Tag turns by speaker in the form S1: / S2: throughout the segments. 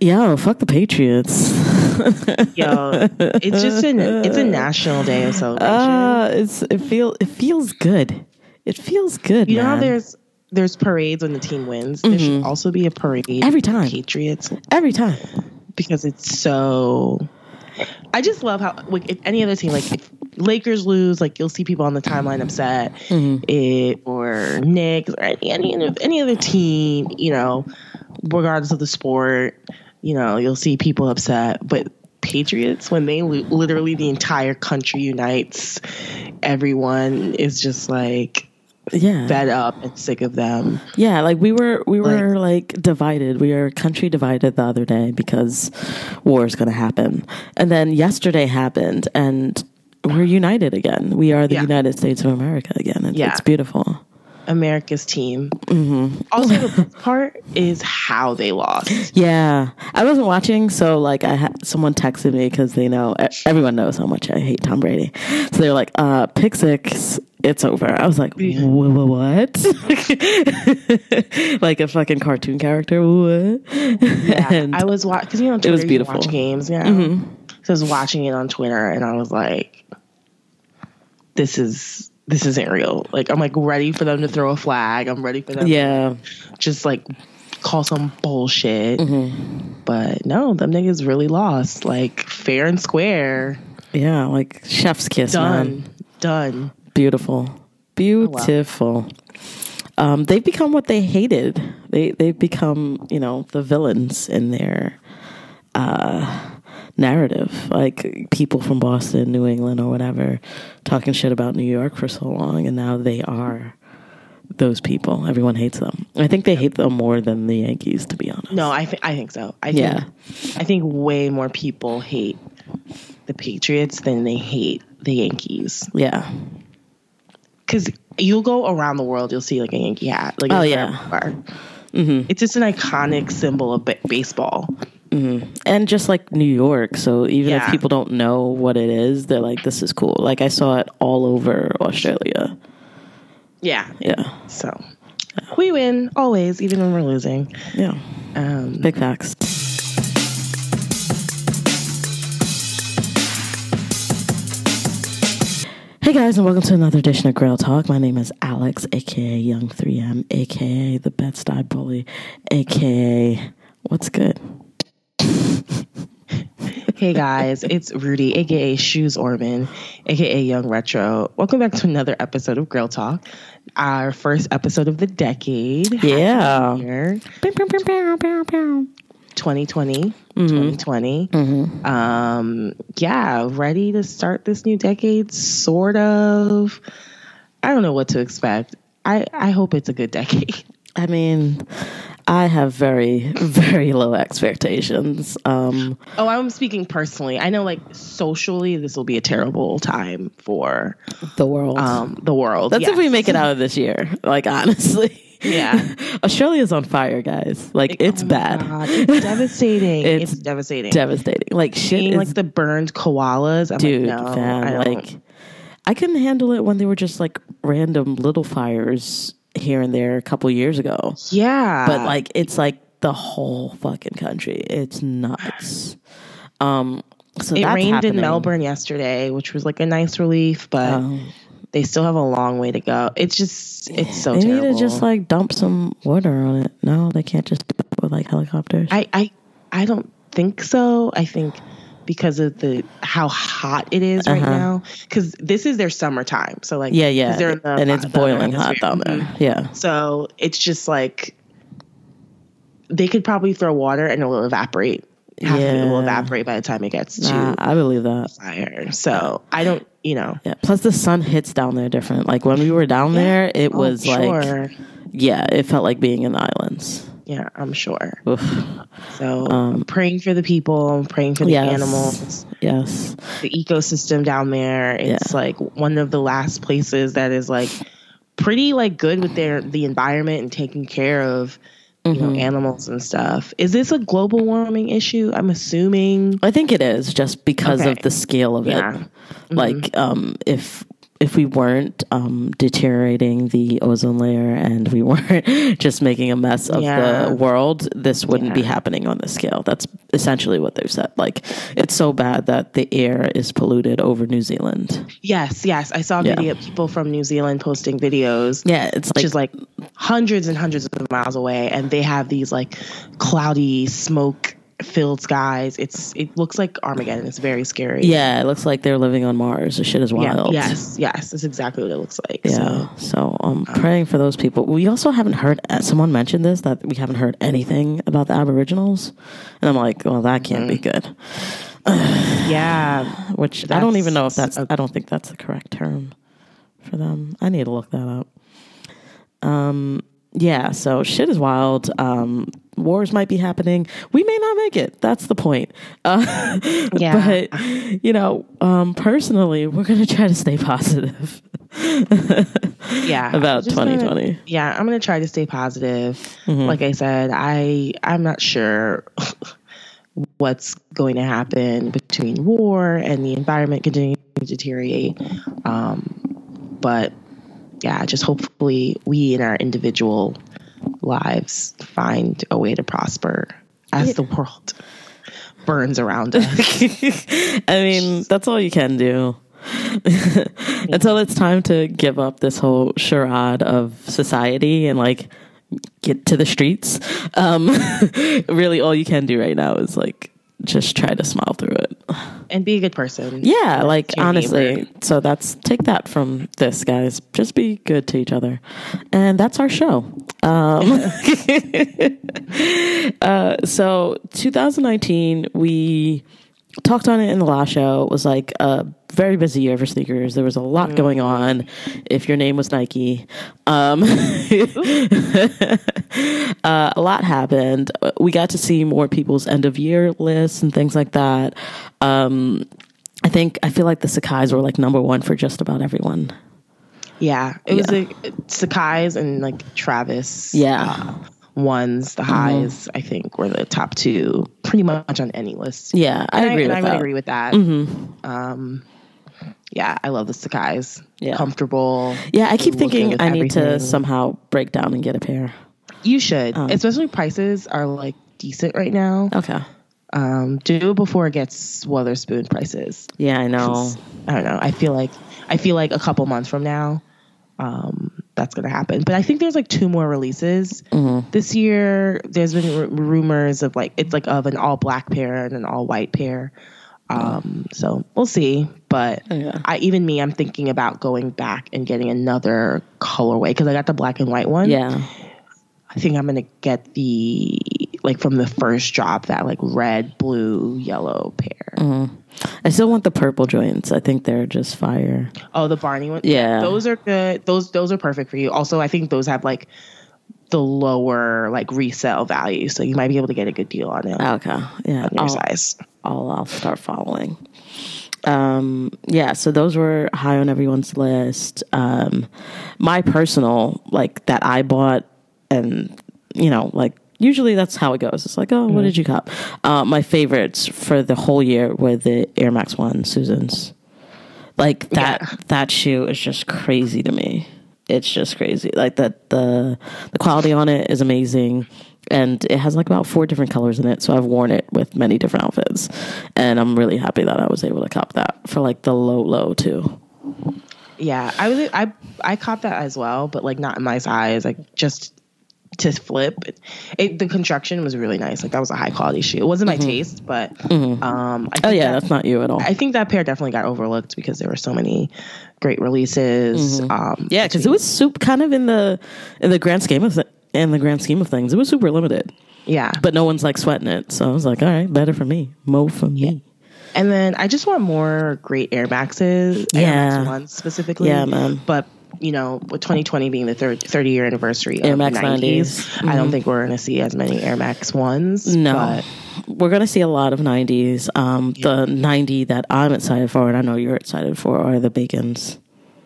S1: Yo, fuck the Patriots.
S2: Yo, it's just an it's a national day of celebration.
S1: Uh, it's it feel it feels good. It feels good.
S2: you know how
S1: man. Mm-hmm.
S2: there's there's parades when the team wins. There should also be a parade
S1: Every
S2: for the
S1: time.
S2: Patriots
S1: every time.
S2: because it's so. I just love how like if any other team like if Lakers lose, like you'll see people on the timeline upset, it or Knicks or any any other- any other team, you know, regardless of the sport, you know, you'll see people upset, but. Patriots, when they lo- literally the entire country unites, everyone is just like
S1: Yeah.
S2: fed up and sick of them.
S1: Yeah, like we were we were like, divided. We were country divided the other day because war is going to happen. And then yesterday happened and we're united again. We are the
S2: Yeah.
S1: United States of America again. It,
S2: Yeah.
S1: It's beautiful.
S2: America's team. Also, the best part is how they lost.
S1: Yeah. I wasn't watching so like I ha- someone texted me cuz they know e- everyone knows how much I hate Tom Brady. So they're like, "Uh, pick six. It's over." I was like, "Wh- wh- "What?" like a fucking cartoon character. What? And-
S2: I was watching because you know on Twitter,
S1: was
S2: you can
S1: beautiful. Mm-hmm.
S2: watch games now. So I was watching it on Twitter, and I was like, "This is this isn't real." Like I'm like ready for them to throw a flag. I'm ready for them
S1: yeah.
S2: to just like call some bullshit.
S1: Mm-hmm.
S2: But no, them niggas really lost. Like fair and square.
S1: Yeah, like chef's kiss,
S2: Done.
S1: man.
S2: Done. Oh,
S1: Beautiful, beautiful. um, they've become what they hated. They they've become you know the villains in their uh, narrative. Like people from Boston, New England, or whatever, talking shit about New York for so long, and now they are those people. Everyone hates them. I think they hate them more than the Yankees, to be honest.
S2: No, I think I think so. I
S1: Yeah.
S2: think I think way more people hate the Patriots than they hate the Yankees.
S1: Yeah.
S2: Because you'll go around the world, you'll see like a Yankee hat. Like
S1: Oh,
S2: it's
S1: yeah. Mm-hmm.
S2: everywhere. It's just an iconic symbol of ba- baseball.
S1: and just like New York, so even if
S2: Yeah.
S1: people don't know what it is, they're like, "This is cool." Like I saw it all over Australia.
S2: Yeah.
S1: Yeah,
S2: So we win always, even when we're losing.
S1: yeah,
S2: Um,
S1: big facts. Hey guys, and welcome to another edition of Grail Talk. My name is Alex, aka Young Three M, aka the Bed Stuy Bully, aka what's good?
S2: hey guys, it's Rudy, aka Shoes Orman, aka Young Retro. Welcome back to another episode of Grill Talk, our first episode of the decade. Happy
S1: Yeah.
S2: Year.
S1: Pew, pew, pew, pew, pew, pew.
S2: 2020
S1: Mm-hmm.
S2: 2020 um yeah ready to start this new decade sort of i don't know what to expect i i hope it's a good decade
S1: I mean, I have very, very low expectations. Um,
S2: oh i'm speaking personally i know like socially this will be a terrible time for
S1: the world.
S2: um the world
S1: That's if we
S2: Yes.
S1: make it out of this year. Like honestly,
S2: yeah
S1: Australia's on fire, guys. Like it's
S2: Oh my
S1: bad,
S2: God, it's devastating
S1: It's
S2: it's, devastating
S1: devastating. Like shit
S2: Seeing,
S1: is,
S2: like the burned koalas i'm
S1: dude.
S2: like no
S1: fam,
S2: I don't.
S1: like I couldn't handle it when they were just like random little fires here and there a couple years ago.
S2: yeah
S1: but like it's like the whole fucking country. It's nuts. Um, so
S2: it
S1: that's
S2: rained
S1: happening. Oh.
S2: in Melbourne yesterday, which was like a nice relief, but they still have a long way to go. It's just it's so
S1: They
S2: terrible.
S1: need to just like dump some water on it. No, they can't just do it with like helicopters.
S2: I I I don't think so. I think because of the how hot it is right now, because this is their summertime. So like
S1: Uh-huh. yeah,
S2: 'cause
S1: yeah,
S2: they're in the
S1: and it's
S2: hot- southern
S1: boiling hot
S2: hemisphere.
S1: down there.
S2: Mhm.
S1: Yeah,
S2: So it's just like they could probably throw water and it will evaporate. Half of it
S1: Yeah.
S2: will evaporate by the time it gets to
S1: Nah, I believe that.
S2: fire. So I don't, you know.
S1: Yeah. Plus, the sun hits down there different. Like when we were down there, it was like,
S2: Oh, sure.
S1: yeah, it felt like being in the islands.
S2: Yeah, I'm sure.
S1: Oof.
S2: So I'm praying for the people, I'm praying for the
S1: Um, Yes.
S2: animals,
S1: Yes.
S2: the ecosystem down there. It's
S1: Yeah.
S2: like one of the last places that is like pretty like good with their the environment and taking care of you
S1: Mm-hmm.
S2: know animals and stuff. Is this a global warming issue? I'm assuming.
S1: I think it is just because
S2: Okay. Mm-hmm.
S1: of the scale of
S2: Yeah.
S1: it. Like, um, if if we weren't um, deteriorating the ozone layer and we weren't just making a mess of
S2: Yeah.
S1: the world, this wouldn't be
S2: Yeah.
S1: happening on this scale. That's essentially what they've said. Like, it's so bad that the air is polluted over New Zealand.
S2: Yes, yes. I saw
S1: Yeah.
S2: video people from New Zealand posting videos.
S1: Yeah, it's
S2: Which
S1: like,
S2: is like hundreds and hundreds of miles away, and they have these like cloudy, smoke-filled skies. It's it looks like Armageddon. It's very scary.
S1: yeah, it looks like they're living on Mars. The shit is
S2: Yeah,
S1: wild.
S2: Yes. Yes. That's exactly what it looks like. So.
S1: Yeah. So, um, praying for those people. We also haven't heard. uh, Someone mentioned this that we haven't heard anything about the Aboriginals, and I'm like, well, that can't be good.
S2: Yeah.
S1: Which I don't even know if
S2: That's
S1: that's. I don't think that's the correct term for them. I need to look that up. Um. Yeah. So shit is wild. Um. Wars might be happening. We may not make it. That's the point. Uh,
S2: Yeah.
S1: But you know, um, personally, we're gonna try to stay positive.
S2: Yeah.
S1: About
S2: Just gonna-
S1: 2020.
S2: yeah, I'm gonna try to stay positive.
S1: Mm-hmm.
S2: Like I said, I I'm not sure what's going to happen between war and the environment continuing to deteriorate. Um, but yeah, just hopefully we in our individual lives find a way to prosper as the world burns around us.
S1: I mean, that's all you can do. Until it's time to give up this whole charade of society and like get to the streets. Um, really, all you can do right now is like just try to smile through it.
S2: and be a good person.
S1: Yeah, like
S2: your
S1: honestly.
S2: neighbor.
S1: So that's take that from this, guys. Just be good to each other, and that's our show. Um, uh, so 2019, we talked on it in the last show. It was like a very busy year for sneakers. There was a lot going on. If your name was Nike, um, uh, a lot happened. We got to see more people's end of year lists and things like that. Um, I think I feel like the Sakai's were like number one for just about everyone.
S2: Yeah, it was
S1: Yeah.
S2: like uh, Sakai's and like Travis.
S1: Yeah. Mm-hmm.
S2: ones, the highs, I think, were the top two pretty much on any list.
S1: Yeah, I
S2: And
S1: agree with
S2: and I
S1: that. Mm-hmm.
S2: would agree with that. Um, yeah, I love the Sakai's.
S1: Yeah.
S2: Comfortable.
S1: Yeah, I keep
S2: Looking
S1: thinking
S2: with
S1: I need to
S2: everything.
S1: somehow break down and get a pair.
S2: You should,
S1: Um.
S2: especially prices are like decent right now.
S1: Okay.
S2: Um, do it before it gets Weatherspoon prices.
S1: Yeah, I know.
S2: I don't know. I feel like I feel like a couple months from now, um, that's gonna happen. But I think there's like two more releases
S1: Mm-hmm.
S2: this year. There's been r- rumors of like it's like of an all black pair and an all white pair. Um, so we'll see. But
S1: Oh, Yeah.
S2: I even me, I'm thinking about going back and getting another colorway because I got the black and white one.
S1: Yeah.
S2: I think I'm gonna get the like from the first drop that like red, blue, yellow pair.
S1: Mm. I still want the purple joints. I think they're just fire.
S2: Oh, the Barney one.
S1: Yeah.
S2: those are good. Those those are perfect for you. Also, I think those have like the lower like resale value, so you might be able to get a good deal on it on
S1: Okay. Yeah.
S2: your
S1: I'll,
S2: size.
S1: I'll, I'll start following. Um, yeah, so those were high on everyone's list. Um, my personal, like that I bought, and you know, like usually that's how it goes. It's like, oh, what did you cop? Uh, my favorites for the whole year were the Air Max One Susans. Like that, that shoe is just crazy to me. It's just crazy. Like that, the the quality on it is amazing. And it has like about four different colors in it, so I've worn it with many different outfits, and I'm really happy that I was able to cop that for like the low low too.
S2: Yeah, I was I I caught that as well, but like not in my size. Like just to flip, it, the construction was really nice. Like that was a high quality shoe. It wasn't
S1: Mm-hmm.
S2: my taste, but um, I think
S1: Oh yeah,
S2: that-
S1: that's not you at all.
S2: I think that pair definitely got overlooked because there were so many great releases.
S1: Mm-hmm.
S2: Um,
S1: Yeah, because it was soup kind of in the in the grand scheme of th- in the grand scheme of things, it was super limited,
S2: yeah,
S1: but no one's like sweating it. So I was like, all right, better for me, mo for me.
S2: And then I just want more great Air Maxes, Air
S1: Yeah.
S2: Max ones specifically.
S1: Yeah, man.
S2: But you know, with 2020 being the third 30 year anniversary
S1: Air
S2: of
S1: Max
S2: the 90s,
S1: 90s.
S2: I don't think we're going to see as many Air Max ones.
S1: Mm-hmm. No,
S2: but
S1: we're gonna see a lot of '90s. Um, The '90 that I'm excited for, and I know you're excited for, are the Bacon's.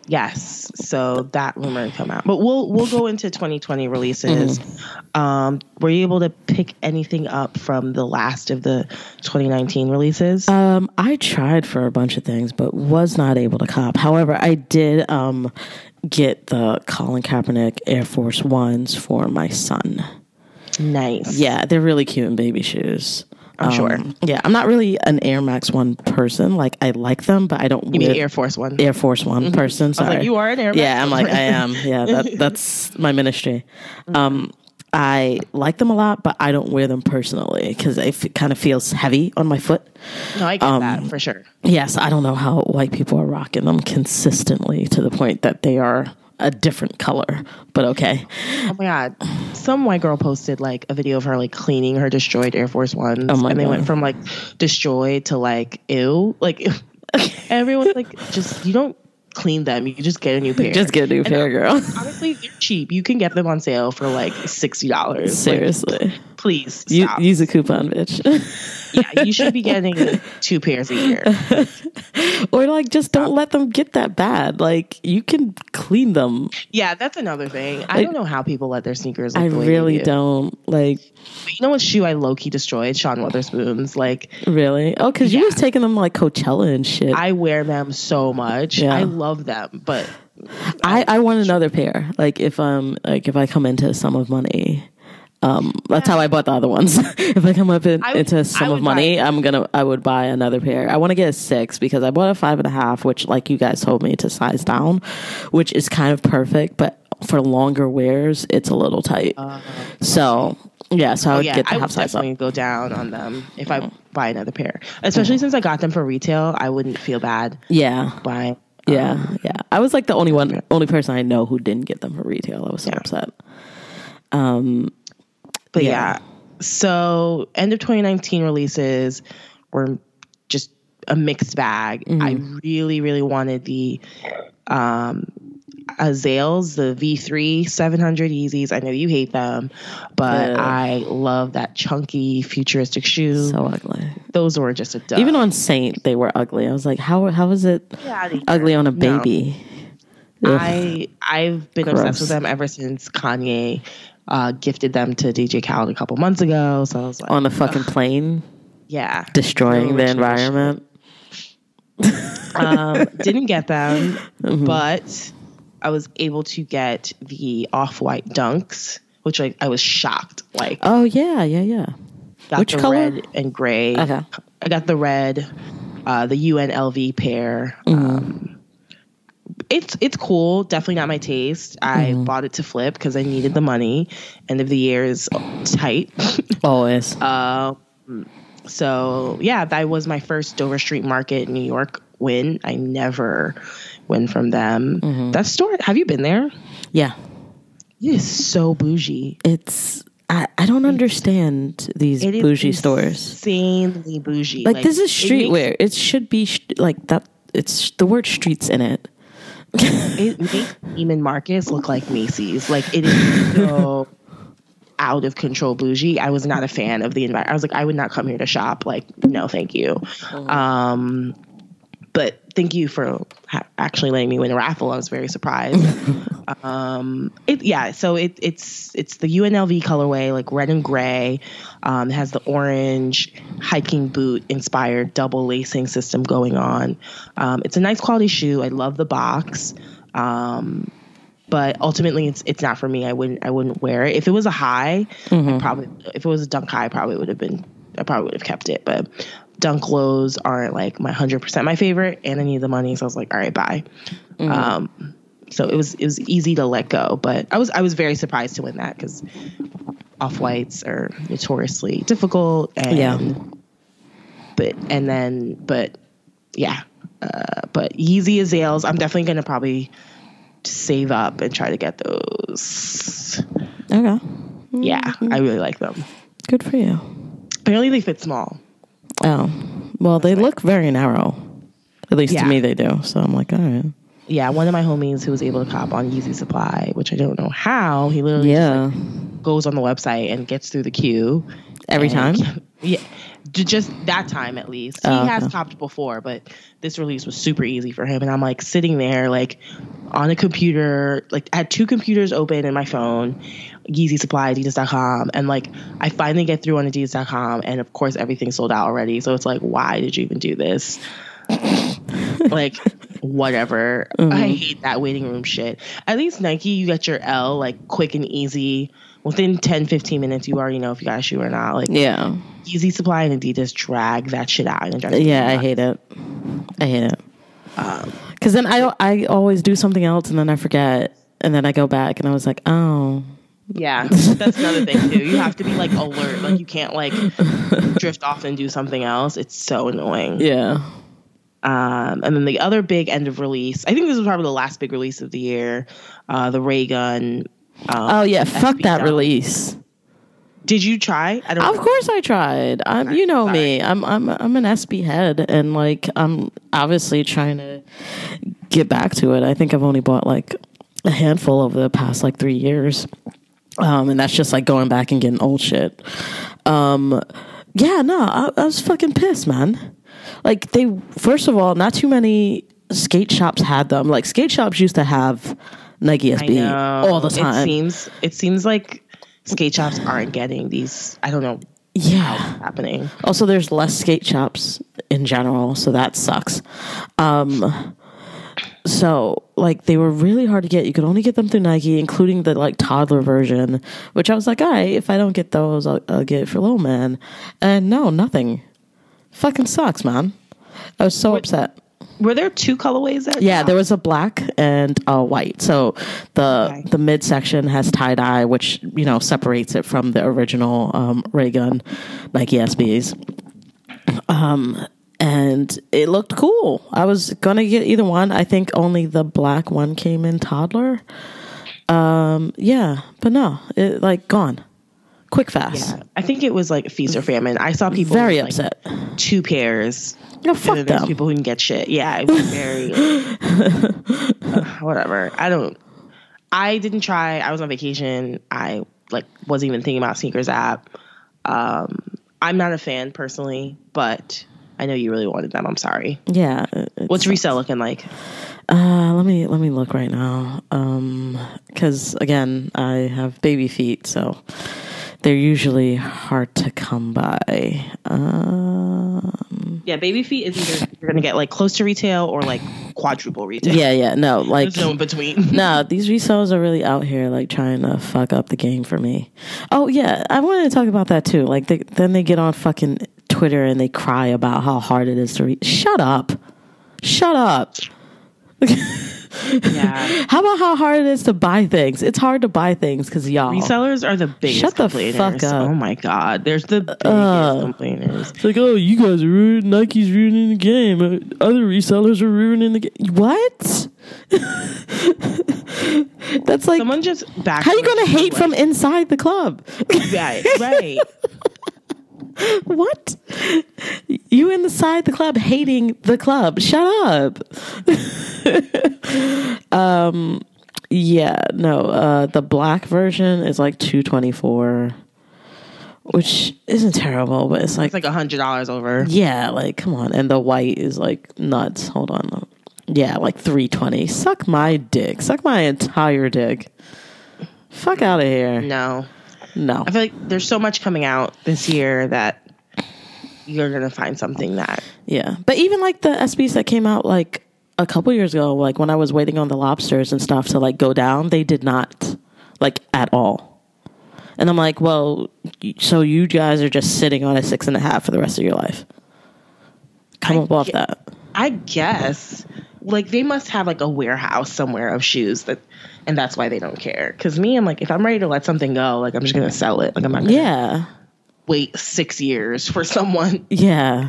S2: Yes. So that rumor had come out. But we'll we'll go into 2020 releases.
S1: Mm-hmm.
S2: Um, were you able to pick anything up from the last of the 2019 releases?
S1: Um, I tried for a bunch of things, but was not able to cop. However, I did um, get the Colin Kaepernick Air Force Ones for my son.
S2: nice.
S1: Yeah, they're really cute in baby shoes. Um,
S2: I'm sure.
S1: Yeah, I'm not really an Air Max One person. Like, I like them, but I don't.
S2: You mean
S1: wear-
S2: Air Mm-hmm. Force One?
S1: Air Force One person. Sorry,
S2: you are an Air Max
S1: Yeah, I'm like
S2: One.
S1: I am. Yeah, that, that's my ministry. Um, I like them a lot, but I don't wear them personally because it f- kind of feels heavy on my foot.
S2: No, I get
S1: Um,
S2: that for sure.
S1: Yes, I don't know how white people are rocking them consistently to the point that they are a different color. But okay,
S2: Oh my god! Some white girl posted like a video of her like cleaning her destroyed Air Force Ones,
S1: Oh my
S2: and they
S1: God.
S2: went from like destroyed to like ew. Like everyone's like, just you don't clean them; you just get a new pair.
S1: just get a new pair, girl.
S2: honestly, they're cheap. You can get them on sale for like sixty dollars.
S1: Seriously,
S2: please
S1: you,
S2: stop.
S1: use a coupon, bitch,
S2: yeah, you should be getting two pairs a year.
S1: or like just don't let them get that bad. Like you can clean them.
S2: Yeah, that's another thing. I don't know how people let their sneakers. Look
S1: I
S2: the way they
S1: really
S2: do.
S1: don't like.
S2: You know what shoe I low key destroyed? Sean Weatherspoon's. Like
S1: Really? Oh, because you was taking them like Coachella and shit. I,
S2: I wear them so much.
S1: Yeah.
S2: I love them, but Um,
S1: I, want another pair. Like if um like if I come into a sum of money. Um, that's how I bought the other ones. if I come up in,
S2: I-
S1: into
S2: I
S1: a sum of
S2: would
S1: money, I'm gonna I would buy another pair. I want to get a six because I bought a five and a half, which like you guys told me to size down, which is kind of perfect, but for longer wears, it's a little tight. so yeah, so I would
S2: Uh, oh, yeah,
S1: get the
S2: I would
S1: half size up. Mm-hmm.
S2: definitely go down on them if I buy another pair. Especially since I got them for retail, I wouldn't feel bad
S1: Yeah,
S2: buying.
S1: Yeah, yeah. I was like the only one, only person I know who didn't get them for retail. I was so upset.
S2: But
S1: Yeah.
S2: yeah. so end of 2019 releases were just a mixed bag.
S1: Mm-hmm.
S2: I really, really wanted the um, Azales, the V3 700 Yeezys. I know you hate them, but
S1: Ugh.
S2: I love that chunky futuristic shoe.
S1: So ugly.
S2: Those were just a dud.
S1: Even on Saint, they were ugly. I was like, how how is it
S2: outta here.
S1: ugly on a
S2: No.
S1: baby? Ugh.
S2: I I've been obsessed
S1: Gross.
S2: with them ever since Kanye uh, gifted them to DJ Khaled a couple months ago. So I was like,
S1: on a fucking plane,
S2: yeah,
S1: destroying the
S2: Original
S1: environment.
S2: um, didn't get them,
S1: Mm-hmm.
S2: but I was able to get the off white dunks, which like I was shocked. Like
S1: Oh yeah, yeah, yeah.
S2: got
S1: which
S2: the
S1: color?
S2: red and gray.
S1: Okay.
S2: I got the red, uh, the UNLV pair.
S1: Mm-hmm.
S2: Um, it's it's cool. Definitely not my taste. I
S1: Mm-hmm.
S2: bought it to flip because I needed the money. End of the year is tight.
S1: Always.
S2: Uh, So yeah, that was my first Dover Street Market New York win. I never win from them.
S1: Mm-hmm.
S2: That store, have you been there?
S1: yeah.
S2: It is so bougie.
S1: It's I, I don't understand these
S2: It is
S1: bougie stores.
S2: Insanely bougie.
S1: Like, this is
S2: it makes-
S1: streetwear. It, should be sh- like that. It's the word streets in it.
S2: It makes Neiman Marcus look like Macy's. Like it is so out of control bougie. I was not a fan of the environment. I was like, I would not come here to shop. Like, no, thank you. Um, but thank you for ha- actually letting me win a raffle. I was very surprised. um, it, yeah, so it, it's it's the UNLV colorway, like red and gray. Um, it has the orange hiking boot inspired double lacing system going on. Um, it's a nice quality shoe. I love the box. Um, but ultimately, it's it's not for me. I wouldn't I wouldn't wear it. If it was a high, I probably if it was a dunk high, I probably would have been I probably would have kept it. But dunk lows aren't like my hundred percent my favorite, and I need the money, so I was like, all right, bye. Um, so it was it was easy to let go, but I was I was very surprised to win that because off whites are notoriously difficult and
S1: Yeah.
S2: but and then but yeah uh, but Yeezy Azales I'm definitely gonna probably save up and try to get those
S1: Okay.
S2: yeah I really like them
S1: Good for you.
S2: apparently they fit small
S1: Oh, well, they look very narrow. At least
S2: Yeah.
S1: to me, they do. So I'm like, all right.
S2: yeah one of my homies who was able to cop on Yeezy Supply which I don't know how he literally just,
S1: Yeah.
S2: like, goes on the website and gets through the queue
S1: Every time?
S2: yeah J- Just that time, at least. He
S1: Oh,
S2: has
S1: okay.
S2: copped before, but this release was super easy for him. And I'm like sitting there, like on a computer, like I had two computers open and my phone, Yeezy Supply, Adidas.com. And like I finally get through on Adidas.com. And of course, everything's sold out already. So it's like, why did you even do this? like whatever.
S1: Mm-hmm.
S2: I hate that waiting room shit. At least Nike, you get your L like quick and easy. Within 10, 15 minutes, you already know if you got a shoe or not. Like
S1: Yeah.
S2: Easy Supply and Adidas drag that shit out. And drag
S1: Yeah, I hate it. I hate it. Because then I, I always do something else and then I forget. And then I go back and I was like, oh,
S2: Yeah, that's another thing too. You have to be like alert. Like you can't like drift off and do something else. It's so annoying.
S1: yeah.
S2: Um, and then the other big end of release. I think this was probably the last big release of the year. Uh, the Ray Gun.
S1: Oh, yeah. Fuck that
S2: down.
S1: release.
S2: Did you try? I don't.
S1: Of course I tried. I'm, you know me. I'm I'm I'm an SB head and like I'm obviously trying to get back to it. I think I've only bought like a handful over the past like 3 years. Um and that's just like going back and getting old shit. Um yeah, no. I, I was fucking pissed, man. Like they first of all, not too many skate shops had them. Like skate shops used to have Nike SB
S2: know.
S1: all the
S2: It
S1: time.
S2: seems it seems like skate shops aren't getting these. I don't know
S1: yeah.
S2: what's happening.
S1: Also, there's less skate shops in general, so that sucks. Um, so like they were really hard to get. You could only get them through Nike, including the like toddler version, which I was like, all right, if I don't get those, I'll, I'll get it for little man. And no, nothing. Fucking sucks, man. I was so upset.
S2: Were there two colorways there?
S1: Yeah, there was a black and a white. So the
S2: Okay.
S1: the midsection has tie dye, which you know separates it from the original um, ray gun Nike SBs. Um, and it looked cool. I was gonna get either one. I think only the black one came in toddler. Um, yeah, but no, it like gone, quick fast.
S2: Yeah. I think it was like feast or famine. I saw people
S1: Very
S2: with, like,
S1: upset.
S2: Two pairs.
S1: No,
S2: And
S1: fuck
S2: then there's
S1: them.
S2: people who can get shit. Yeah, it was very Ugh, whatever. I don't. I didn't try. I was on vacation. I like wasn't even thinking about sneakers app. Um, I'm not a fan personally, but I know you really wanted them. I'm sorry.
S1: Yeah. it- it's-
S2: What's resale looking like?
S1: Uh, let me let me look right now. Um 'cause because again, I have baby feet, so they're usually hard to come by. Um,
S2: Yeah, baby feet is either you're gonna get like close to retail or like quadruple retail.
S1: yeah, yeah, no, like
S2: There's no in between.
S1: no, these resellers are really out here like trying to fuck up the game for me. Oh yeah, I wanted to talk about that too. Like they, then they get on fucking Twitter and they cry about how hard it is to re- shut up, shut up.
S2: yeah,
S1: How about how hard it is to buy things? It's hard to buy things because y'all.
S2: resellers are the biggest
S1: Shut the
S2: complainers.
S1: fuck up. Uh.
S2: Oh my god, there's the biggest complainers.
S1: It's like, oh, you guys are ruining, Nike's ruining the game. Uh, Other resellers are ruining the game. What? That's like,
S2: Someone just back.
S1: how you going to hate from inside the club?
S2: Right, right.
S1: what? You inside the club hating the club. Shut up. um, yeah, no, uh, the black version is like 224 which isn't terrible, but it's like,
S2: It's like a hundred dollars over.
S1: Yeah, like come on. And the white is like nuts. Hold on. Yeah, like 320. Suck my dick. Suck my entire dick. Fuck out of here.
S2: No,
S1: No.
S2: I feel like there's so much coming out this year that you're gonna find something that
S1: Yeah. But even like the SBs that came out like a couple years ago, like when I was waiting on the lobsters and stuff to like go down, they did not like at all. And I'm like, well, y- so you guys are just sitting on a six and a half for the rest of your life. Come
S2: I
S1: up off
S2: get-
S1: that.
S2: I guess like they must have like a warehouse somewhere of shoes that, and that's why they don't care. Because me, I'm like, if I'm ready to let something go, like I'm just gonna sell it. Like I'm not gonna
S1: Yeah.
S2: wait six years for someone
S1: Yeah.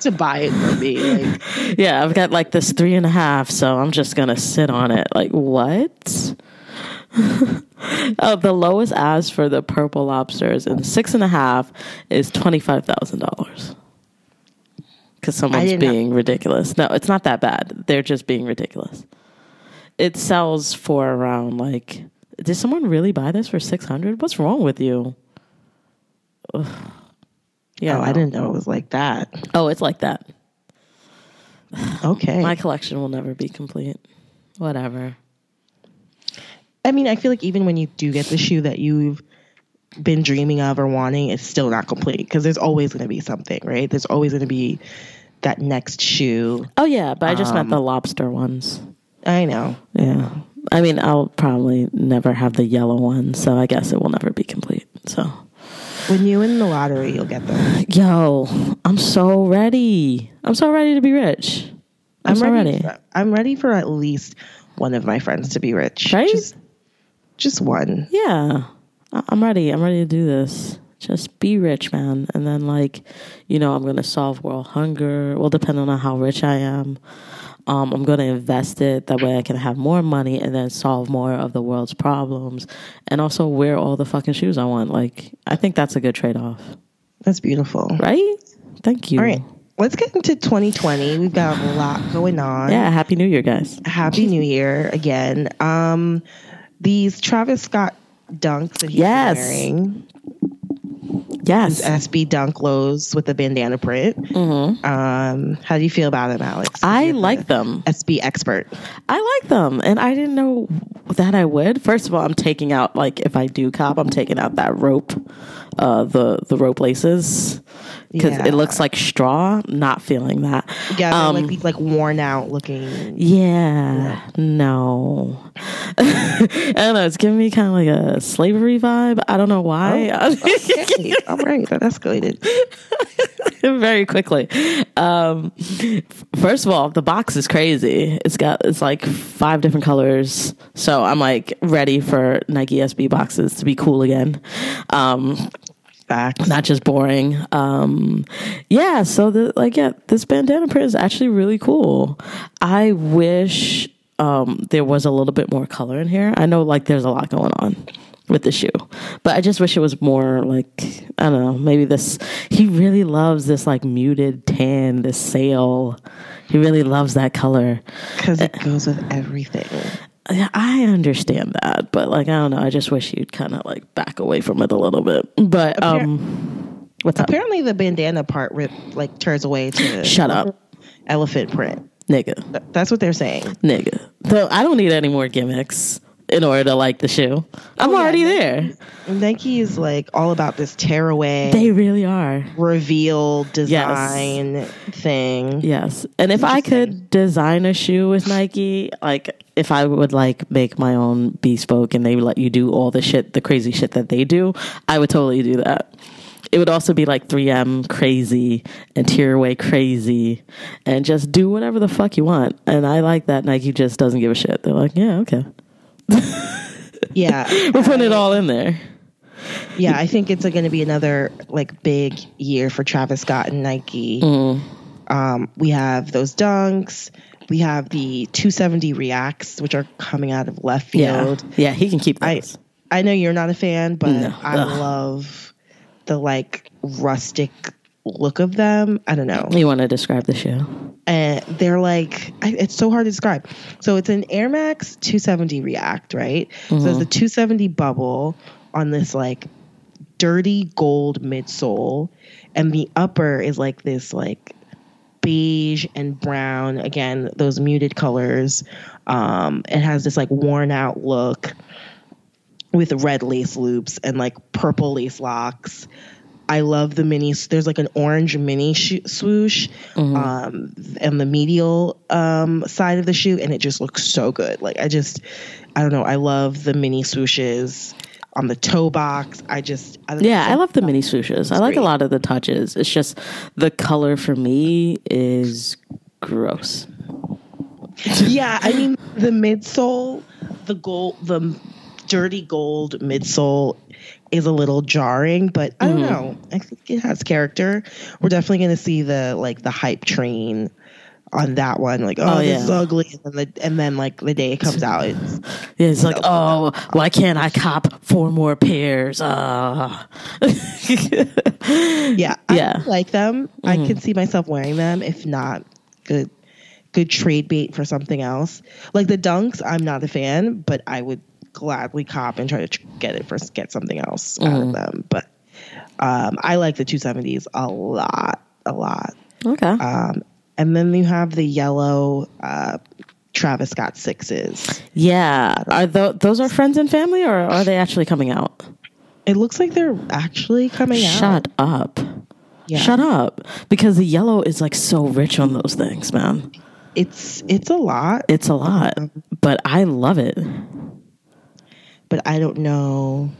S2: to buy it for me. Like
S1: yeah, I've got like this three and a half, so I'm just gonna sit on it. Like what? oh, the lowest ask for the purple lobsters and six and a half is twenty five thousand dollars. Because someone's
S2: did not-
S1: being ridiculous. No, it's not that bad. They're just being ridiculous. It sells for around like. Did someone really buy this for six hundred? What's wrong with you? Yeah,
S2: oh, I
S1: no.
S2: didn't know it was like that.
S1: Oh, it's like that.
S2: Okay.
S1: My collection will never be complete. Whatever.
S2: I mean, I feel like even when you do get the shoe that you've been dreaming of or wanting, it's still not complete because there's always going to be something, right? There's always going to be that next shoe.
S1: Oh yeah, but I just meant the lobster ones.
S2: I know.
S1: Yeah. I mean, I'll probably never have the yellow one, so I guess it will never be complete. So,
S2: When you win the lottery, you'll get them.
S1: yo, I'm so ready. I'm so ready to be rich. I'm, so ready.
S2: For, I'm ready for at least one of my friends to be rich.
S1: Right?
S2: Just, just one.
S1: Yeah. I- I'm ready. I'm ready to do this. Just be rich, man. And then, like, you know, I'm going to solve world hunger. Well, depending on how rich I am, um, I'm going to invest it. That way I can have more money and then solve more of the world's problems and also wear all the fucking shoes I want. Like, I think that's a good trade off.
S2: That's beautiful.
S1: Right? Thank you.
S2: All right. Let's get into 2020. We've got a lot going on.
S1: Yeah. Happy New Year, guys.
S2: Happy New Year again. Um, these Travis Scott dunks that he's
S1: Yes.
S2: wearing,
S1: Yes.
S2: SB dunk lows with a bandana print. Um, how do you feel about them, Alex?
S1: Mm-hmm. I
S2: You're the
S1: like them.
S2: SB expert.
S1: I like them, and I didn't know that I would. First of all, I'm taking out like if I do cop, I'm taking out that rope, uh, the the rope laces because
S2: Yeah.
S1: it looks like straw. Not feeling that.
S2: Yeah, they're
S1: Um,
S2: like these like worn out looking.
S1: yeah, no. I don't know. It's giving me kind of like a slavery vibe. I don't know why.
S2: Oh. Okay, all right, that escalated.
S1: very quickly. Um, f- first of all, the box is crazy. It's got it's like five different colors. So I'm like ready for Nike SB boxes to be cool again. Um,
S2: Facts.
S1: not just boring. Um, yeah, so the like yeah, this bandana print is actually really cool. I wish um, there was a little bit more color in here. I know like there's a lot going on with the shoe, but I just wish it was more like I don't know. Maybe this he really loves this like muted tan, this sail. He really loves that color.
S2: Because it goes with everything.
S1: I I understand that, but like I don't know. I just wish he'd kind of like back away from it a little bit. But um, what's up?
S2: Apparently, the bandana part rip, like turns away to
S1: Shut up.
S2: elephant print.
S1: Nigga.
S2: Th- That's what they're saying.
S1: nigga. So I don't need any more gimmicks in order to like the shoe. I'm already there.
S2: Nike is like all about this tearaway
S1: They really are.
S2: reveal design thing.
S1: Yes. And if I could design a shoe with Nike, like if I would like make my own bespoke and they would let you do all the shit, the crazy shit that they do, I would totally do that. It would also be like 3M crazy and Tearaway crazy and just do whatever the fuck you want. And I like that Nike just doesn't give a shit. They're like, yeah, okay.
S2: Yeah.
S1: We're putting it all in there.
S2: Yeah, I think it's going to be another like big year for Travis Scott and Nike. Um, we have those dunks. We have the 270 reacts, which are coming out of left
S1: Yeah.
S2: field.
S1: Yeah, he can keep
S2: I
S1: those.
S2: I know you're not a fan, but
S1: No.
S2: I
S1: Ugh.
S2: love the like rustic look of them. I don't know.
S1: You want to describe the shoe?
S2: and they're like I, it's so hard to describe so it's an air max 270 react right so
S1: Mm-hmm.
S2: it's a 270 bubble on this like dirty gold midsole and the upper is like this like beige and brown again those muted colors um it has this like worn out look with red lace loops and like purple lace locks I love the mini. There's like an orange mini sho swoosh,
S1: Mm-hmm.
S2: um, and the medial um, side of the shoe, and it just looks so good. Like I just, I don't know. I love the mini swooshes on the toe box. I just, I don't
S1: Yeah,
S2: know,
S1: I love the mini swooshes. I like a
S2: great.
S1: lot of the touches. It's just the color for me is gross.
S2: yeah. I mean, the midsole, the gold, the dirty gold midsole is a little jarring, but I don't know. I think it has character. We're definitely going to see the like the hype train on that one. Like, oh,
S1: Oh,
S2: this
S1: yeah.
S2: is ugly, and then, the, and then like the day it comes out, it's,
S1: Yeah, it's like, oh, why can't I cop four more pairs? Uh.
S2: yeah,
S1: Yeah. Mm-hmm.
S2: I like them. I can see myself wearing them. If not, good, good trade bait for something else. Like the dunks, I'm not a fan, but
S1: Mm-hmm.
S2: I would gladly cop and try to tr- get it for get something else out of them. But Um, I like the 270s a lot, a lot.
S1: Okay.
S2: Um, and then you have the yellow uh, Travis Scott sixes.
S1: yeah. Are tho- those are friends and family, or are they actually coming out?
S2: It looks like they're actually coming out.
S1: Shut up.
S2: Yeah.
S1: Shut up. Because the yellow is like so rich on those things, man.
S2: It's it's a lot,
S1: It's a lot, but I love it.
S2: but I don't know.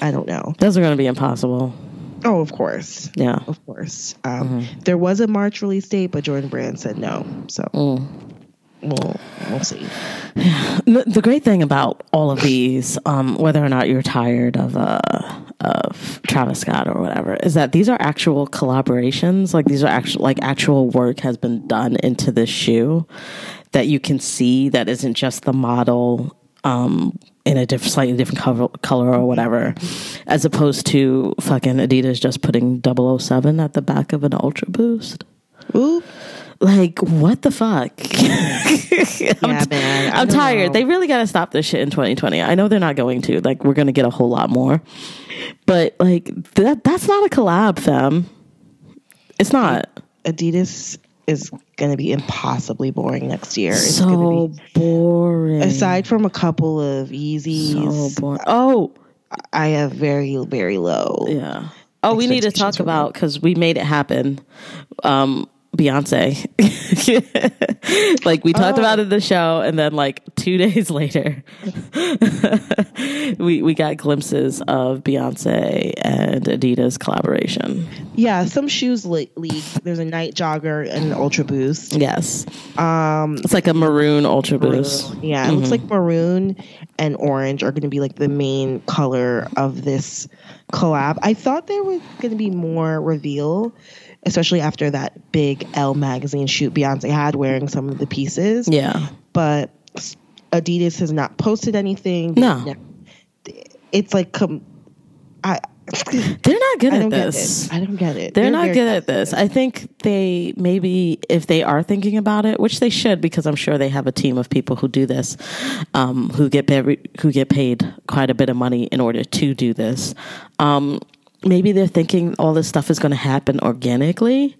S2: I don't know.
S1: Those are going to be impossible.
S2: Oh, of course,
S1: Yeah.
S2: of course. Um,
S1: Mm-hmm.
S2: There was a March release date, but Jordan Brand said no. So
S1: Mm.
S2: we'll we'll see.
S1: The the great thing about all of these, um, whether or not you're tired of uh, of Travis Scott or whatever, is that these are actual collaborations. Like these are actual like actual work has been done into this shoe that you can see that isn't just the model um, in a diff- slightly different cover- color or whatever, as opposed to fucking Adidas just putting 007 at the back of an Ultra Boost.
S2: Oop.
S1: Like what the fuck? I'm
S2: Yeah, man. I
S1: I'm
S2: don't
S1: tired.
S2: know.
S1: They really got to stop this shit in 2020. I know they're not going to. Like, we're going to get a whole lot more. But, like, that that's not a collab, fam. It's not.
S2: Adidas is going to be impossibly boring next year. It's
S1: so
S2: going to
S1: boring.
S2: be aside from a couple of Yeezys,
S1: so boring. Oh,
S2: I have very very low.
S1: yeah. Oh, we need to talk
S2: Expectations are low.
S1: about because we made it happen. Um, Beyonce. like, we talked
S2: Oh.
S1: about it in the show, and then, like, two days later, we, we got glimpses of Beyonce and Adidas collaboration.
S2: Yeah, some shoes le- leaked. There's a night jogger and an Ultra Boost.
S1: Yes.
S2: Um,
S1: It's like a maroon Ultra Boost.
S2: yeah, it looks like
S1: Mm-hmm.
S2: maroon and orange are going to be like the main color of this collab. I thought there was going to be more reveal, especially after that big L magazine shoot Beyonce had wearing some of the pieces.
S1: Yeah.
S2: but Adidas has not posted anything.
S1: No.
S2: It's like com- I
S1: They're not good
S2: I
S1: at
S2: don't get
S1: this.
S2: it. I don't get it.
S1: They're, not
S2: very-
S1: good at this. I think they maybe if they are thinking about it, which they should because I'm sure they have a team of people who do this, um, who get very, who get paid quite a bit of money in order to do this. Um, maybe they're thinking all this stuff is going to happen organically,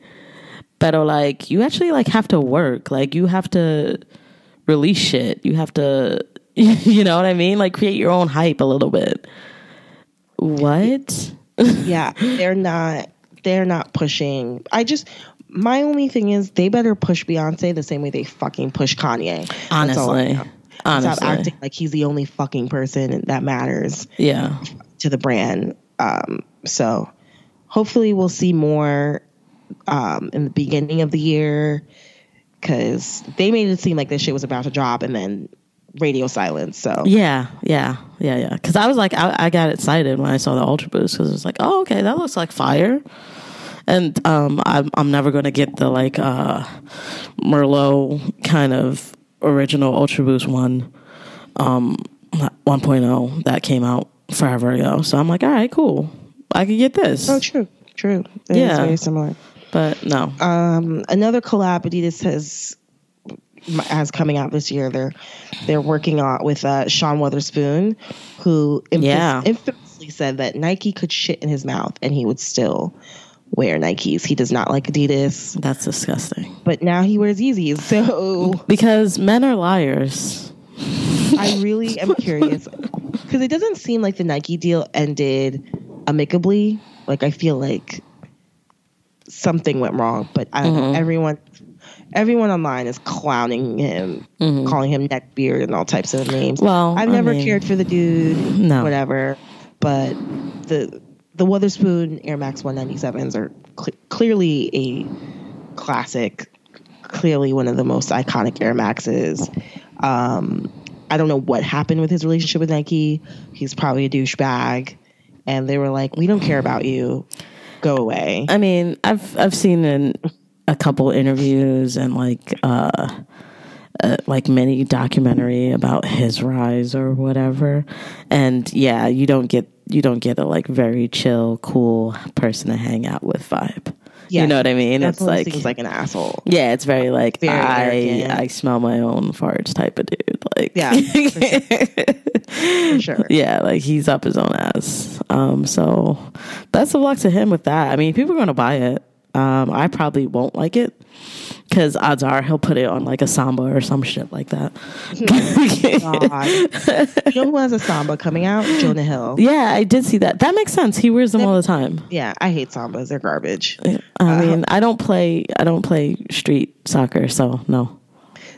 S1: but oh, like you actually like have to work. Like you have to release shit. You have to, you know what I mean? Like create your own hype a little bit. What?
S2: Yeah, they're not they're not pushing. I just my only thing is they better push Beyonce the same way they fucking push Kanye. That's all I
S1: Honestly.
S2: know. Stop
S1: Honestly.
S2: acting like he's the only fucking person that matters
S1: Yeah.
S2: to the brand. Um, so hopefully we'll see more um, in the beginning of the year because they made it seem like this shit was about to drop and then radio silence. So
S1: Yeah, yeah, yeah, yeah. Because I was like, I, I got excited when I saw the Ultra Boost because it was like, oh, okay, that looks like fire. And um, I'm I'm never gonna get the like uh, Merlot kind of original Ultra Boost one, um, 1.0 that came out forever ago. So I'm like, all right, cool, I could get this.
S2: oh, true, true. It is
S1: Yeah.
S2: very similar.
S1: But no,
S2: Um, another collab Adidas has has coming out this year. They're they're working on with uh, Sean Weatherspoon, who infam-
S1: Yeah.
S2: infamously said that Nike could shit in his mouth and he would still wear Nikes. He does not like Adidas.
S1: that's disgusting
S2: but now he wears Yeezys. So
S1: because men are liars.
S2: I really am curious because it doesn't seem like the Nike deal ended amicably. Like I feel like something went wrong, but I don't know. Everyone, everyone online is clowning him, calling him neckbeard and all types of names.
S1: Well,
S2: I've
S1: I
S2: never
S1: mean-
S2: cared for the dude.
S1: No.
S2: whatever. But the the Witherspoon Air Max 197s are cl- clearly a classic, clearly one of the most iconic Air Maxes. Um, I don't know what happened with his relationship with Nike. He's probably a douchebag, and they were like, "We don't care about you. Go away."
S1: I mean, I've I've seen in a couple interviews and like uh, uh like many documentary about his rise or whatever. And yeah, you don't get you don't get a like very chill, cool person to hang out with vibe. You know what I mean?
S2: That's
S1: It's like,
S2: seems like an asshole.
S1: yeah, it's very like
S2: Very
S1: I
S2: arrogant.
S1: I smell my own farts type of dude. Like
S2: Yeah, For sure.
S1: yeah, like he's up his own ass. Um, so that's a luck to him with that. I mean, people are gonna buy it. Um, I probably won't like it because odds are he'll put it on like a samba or some shit like that.
S2: God. you know who has a samba coming out? Jonah Hill.
S1: yeah, I did see that. That makes sense. He wears them all the time.
S2: Yeah, I hate sambas. They're garbage. Uh-huh.
S1: I mean, I don't play. I don't play street soccer, so no.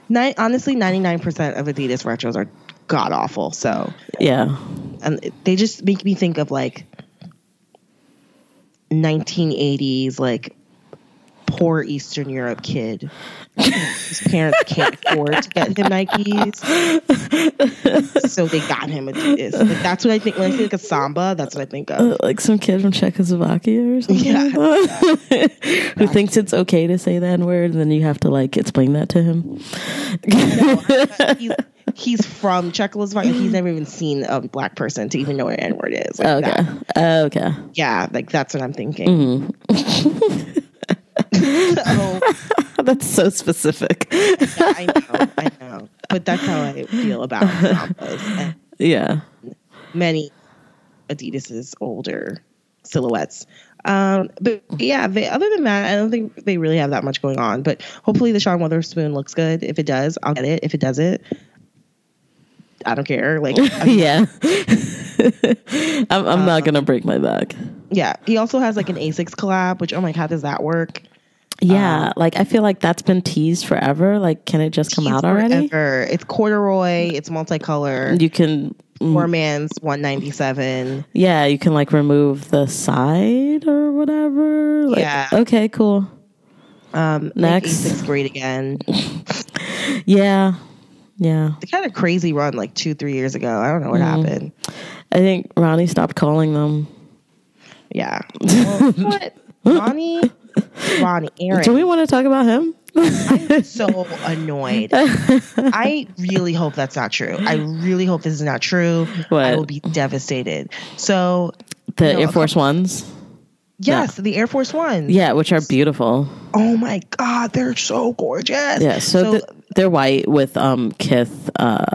S2: Ni- honestly, ninety nine percent of Adidas retros are god awful. So,
S1: Yeah,
S2: and it- they just make me think of like nineteen eighties, like poor Eastern Europe kid. His parents can't afford to get him Nikes, so they got him Adidas. Like, that's what I think when I think of samba. That's what I think of.
S1: like some kid from Czechoslovakia or something.
S2: Yeah.
S1: like that. Who thinks it's okay to say that word, and then you have to like explain that to him.
S2: he's, he's from Czechoslovakia. He's never even seen a black person to even know what an N word is. Like
S1: Okay.
S2: that.
S1: Okay.
S2: Yeah, like that's what I'm thinking.
S1: Mm-hmm.
S2: so,
S1: That's so specific.
S2: yeah, I know, I know. But that's how I feel about Sambas and
S1: yeah.
S2: many Adidas's older silhouettes. Um, but yeah, they, other than that, I don't think they really have that much going on. But hopefully, the Sean Witherspoon looks good. If it does, I'll get it. If it doesn't, I don't care. Like, uh, I'm
S1: Yeah. I'm, I'm not going to break my back.
S2: Yeah, he also has like an Asics collab, which oh my god, does that work?
S1: Yeah. like, I feel like that's been teased forever. Like, can it just come out already?
S2: Forever. It's corduroy. It's multicolor.
S1: You can, mm,
S2: Poor man's one ninety seven.
S1: yeah, you can like remove the side or whatever. Like,
S2: Yeah.
S1: Okay, cool.
S2: Um, make
S1: Next.
S2: Asics great again.
S1: Yeah. Yeah.
S2: They had a crazy run like two three years ago. I don't know what
S1: Mm.
S2: happened.
S1: I think Ronnie stopped calling them.
S2: Yeah, well, but Ronnie, Ronnie, Aaron.
S1: Do we want to talk about him?
S2: so annoyed. I really hope that's not true. I really hope this is not true. I
S1: What?
S2: will be devated. So
S1: The
S2: No,
S1: Air
S2: okay.
S1: Force Ones?
S2: yes, the Air Force Ones.
S1: Yeah, which are beautiful.
S2: Oh my God, they're so gorgeous.
S1: Yeah, so, th- they're white with um Kith uh,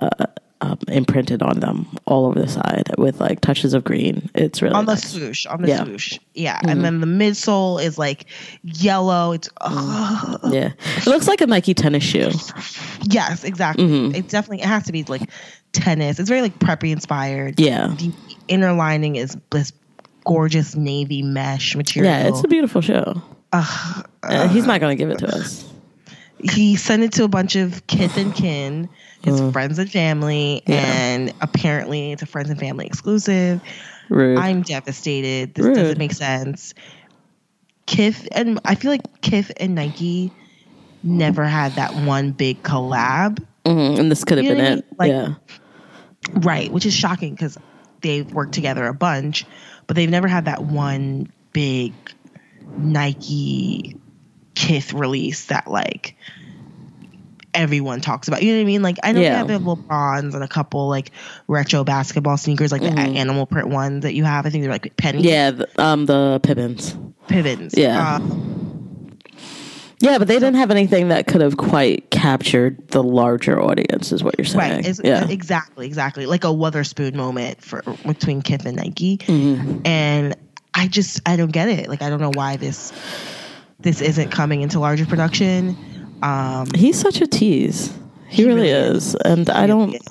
S1: um, imprinted on them all over the side with like touches of green. It's really
S2: on the
S1: nice.
S2: swoosh, on the
S1: Yeah. Mm-hmm.
S2: swoosh, yeah. And then the midsole is like yellow. It's ugh.
S1: yeah. It looks like a Nike tennis shoe.
S2: yes, exactly.
S1: Mm-hmm.
S2: It definitely it has to be like tennis. It's very like preppy inspired.
S1: Yeah,
S2: The inner lining is this gorgeous navy mesh material.
S1: yeah. It's a beautiful shoe. Uh, he's not gonna give it to us.
S2: he sent it to a bunch of kith and kin, his
S1: Mm.
S2: friends and family, and apparently it's a friends and family exclusive.
S1: Rude.
S2: I'm devastated. This
S1: Rude.
S2: doesn't make sense. Kith and I feel like Kith and Nike never had that one big collab,
S1: Mhm, And this could have
S2: You know
S1: been
S2: what I
S1: it.
S2: mean? Like-
S1: yeah,
S2: right? Which is shocking because they've worked together a bunch, but they've never had that one big Nike Kith release that like everyone talks about. You know what I mean? Like I know
S1: Yeah.
S2: they have the LeBrons and a couple like retro basketball sneakers, like the animal print ones that you have. I think they're like penny
S1: Mm-hmm. yeah. The, um, the Pippins.
S2: pivots.
S1: Yeah.
S2: Um,
S1: Yeah, but they didn't have anything that could have quite captured the larger audience, is what you're saying.
S2: Right. It's,
S1: yeah.
S2: Exactly. Exactly. Like a Weatherspoon moment for between Kith and Nike,
S1: Mm-hmm.
S2: and I just I don't get it. Like I don't know why this this isn't coming into larger production. Um,
S1: He's such a tease. He,
S2: He
S1: really,
S2: really
S1: is. And I
S2: really
S1: don't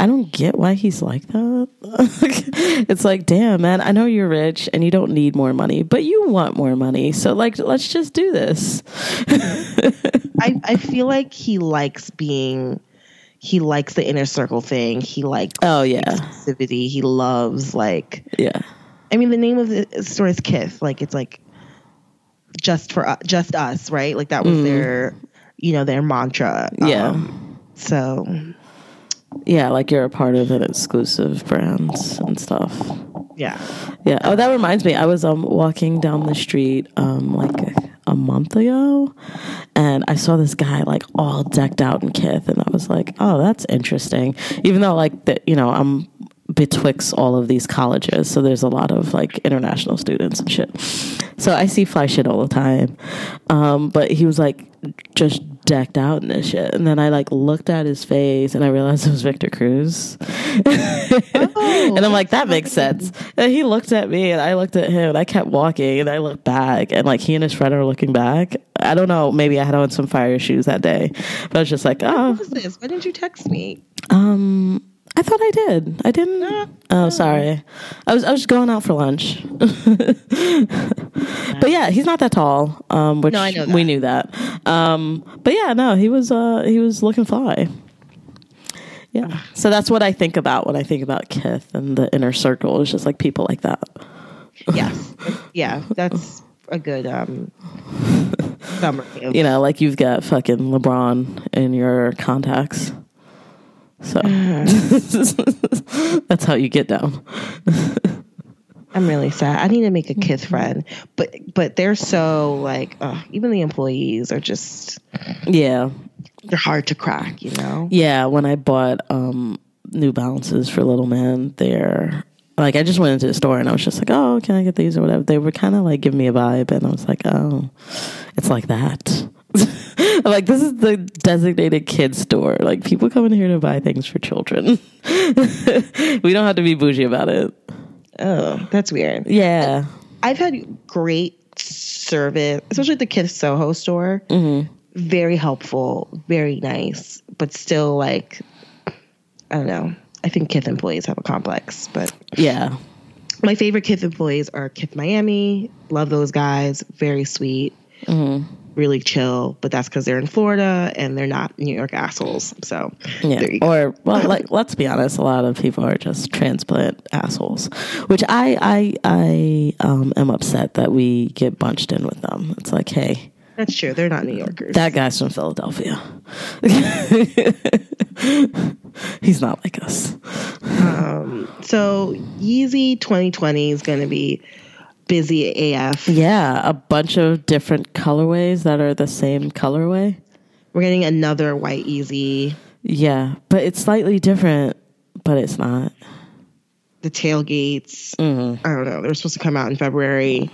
S1: I don't get why he's like that. it's like, damn, man, I know you're rich and you don't need more money, but you want more money. So like let's just do this.
S2: I I feel like he likes being. He likes the inner circle thing. He likes
S1: Oh yeah.
S2: exclusivity. He loves like
S1: Yeah.
S2: I mean, the name of the store is Kith. Like it's like just for u- just us, right? Like that was their, you know, their mantra.
S1: Mm-hmm. Yeah.
S2: Um, so
S1: yeah, like you're a part of an exclusive brands and stuff.
S2: yeah,
S1: Yeah. Oh, that reminds me. I was um walking down the street um like a month ago, and I saw this guy like all decked out in kith, and I was like, oh, that's interesting. Even though like that, you know, I'm betwixt all of these colleges, so there's a lot of like international students and shit. So I see fly shit all the time. Um, but he was like just decked out in this shit. And then I like looked at his face and I realized it was Victor Cruz. and I'm like, that makes sense. And he looked at me and I looked at him and I kept walking and I looked back and like he and his friend are looking back. I don't know, maybe I had on some fire shoes that day. But I was just like, oh,
S2: What is this? Why didn't you text me?
S1: um, I thought I did. I didn't.
S2: No,
S1: oh, sorry. I was I was going out for lunch. but yeah, he's not that tall. Um, which
S2: No, I know
S1: we
S2: that.
S1: knew that. Um, but yeah, no, he was uh he was looking fly.
S2: Ah.
S1: Yeah. So that's what I think about when I think about Kith and the inner circle. It's just like people like that.
S2: Yes. yeah, that's a good um, summary. Of,
S1: You know, like you've got fucking LeBron in your contacts. So
S2: Ah.
S1: that's how you get down.
S2: I'm really sad. I need to make a Kith friend, but but they're so like ugh, even the employees are just
S1: Yeah.
S2: they're hard to crack. You know.
S1: Yeah, when I bought um New Balances for Little Man, they're like I just went into the store and I was just like, "Oh, can I get these or whatever?" They were kind of like giving me a vibe, and I was like, "Oh, it's like that." I'm like, "This is the designated kids store. Like people come in here to buy things for children. we don't have to be bougie about it."
S2: Oh, that's weird.
S1: Yeah,
S2: I've had great service, especially at the Kids Soho store. Very helpful, very nice, but still like, I don't know. I think Kith employees have a complex, but
S1: yeah,
S2: my favorite Kith employees are Kith Miami. Love those guys. Very sweet,
S1: Mm-hmm.
S2: really chill. But that's because they're in Florida and they're not New York assholes. So
S1: yeah.
S2: there you go.
S1: Or well, like let's be honest, a lot of people are just transplant assholes, which I I I um, am upset that we get bunched in with them. It's like, hey,
S2: That's true. They're not New Yorkers.
S1: That guy's from Philadelphia. He's not like us.
S2: so Yeezy 2020 is going to be busy AF.
S1: Yeah, a bunch of different colorways that are the same colorway.
S2: We're getting another white Yeezy.
S1: Yeah, but it's slightly different, but it's not.
S2: the tailgates.
S1: Mm-hmm.
S2: I don't know. They're supposed to come out in February.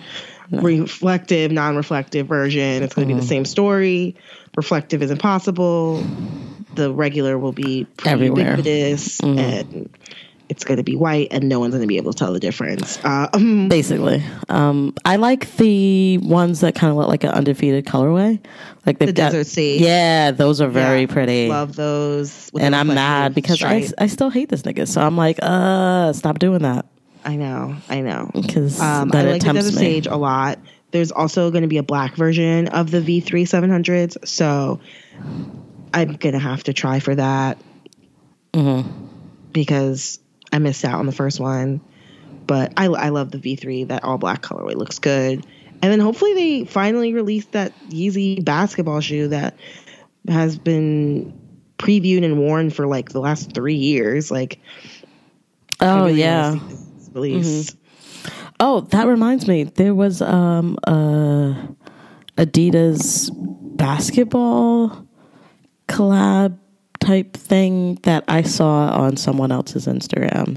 S2: Reflective, non-reflective version. It's going to be
S1: Mm-hmm.
S2: the same story. Reflective is impossible. The regular will be pretty
S1: Everywhere. Mm-hmm.
S2: ubiquitous, and it's going to be white, and no one's going to be able to tell the difference. Uh, um,
S1: Basically, um, I like the ones that kind of look like an undefeated colorway, like they've
S2: The
S1: got-
S2: Desert Sea.
S1: Yeah, those are very
S2: yeah,
S1: pretty.
S2: Love those. with
S1: and
S2: the
S1: I'm mad
S2: reflective
S1: because I,
S2: stripe.
S1: I still hate this nigga. So I'm like, uh, stop doing that
S2: I know, I know.
S1: because
S2: Um, I
S1: that
S2: like the
S1: attempts
S2: Desert
S1: me.
S2: Sage a lot. There's also going to be a black version of the V3 700s, so I'm gonna have to try for that
S1: Mm-hmm.
S2: because I missed out on the first one. But I, I love the V3. That all black colorway looks good. And then hopefully they finally release that Yeezy basketball shoe that has been previewed and worn for like the last three years. Like, I
S1: Oh
S2: really wanna
S1: yeah.
S2: see this release.
S1: Oh, that reminds me. There was um uh Adidas basketball collab type thing that I saw on someone else's Instagram.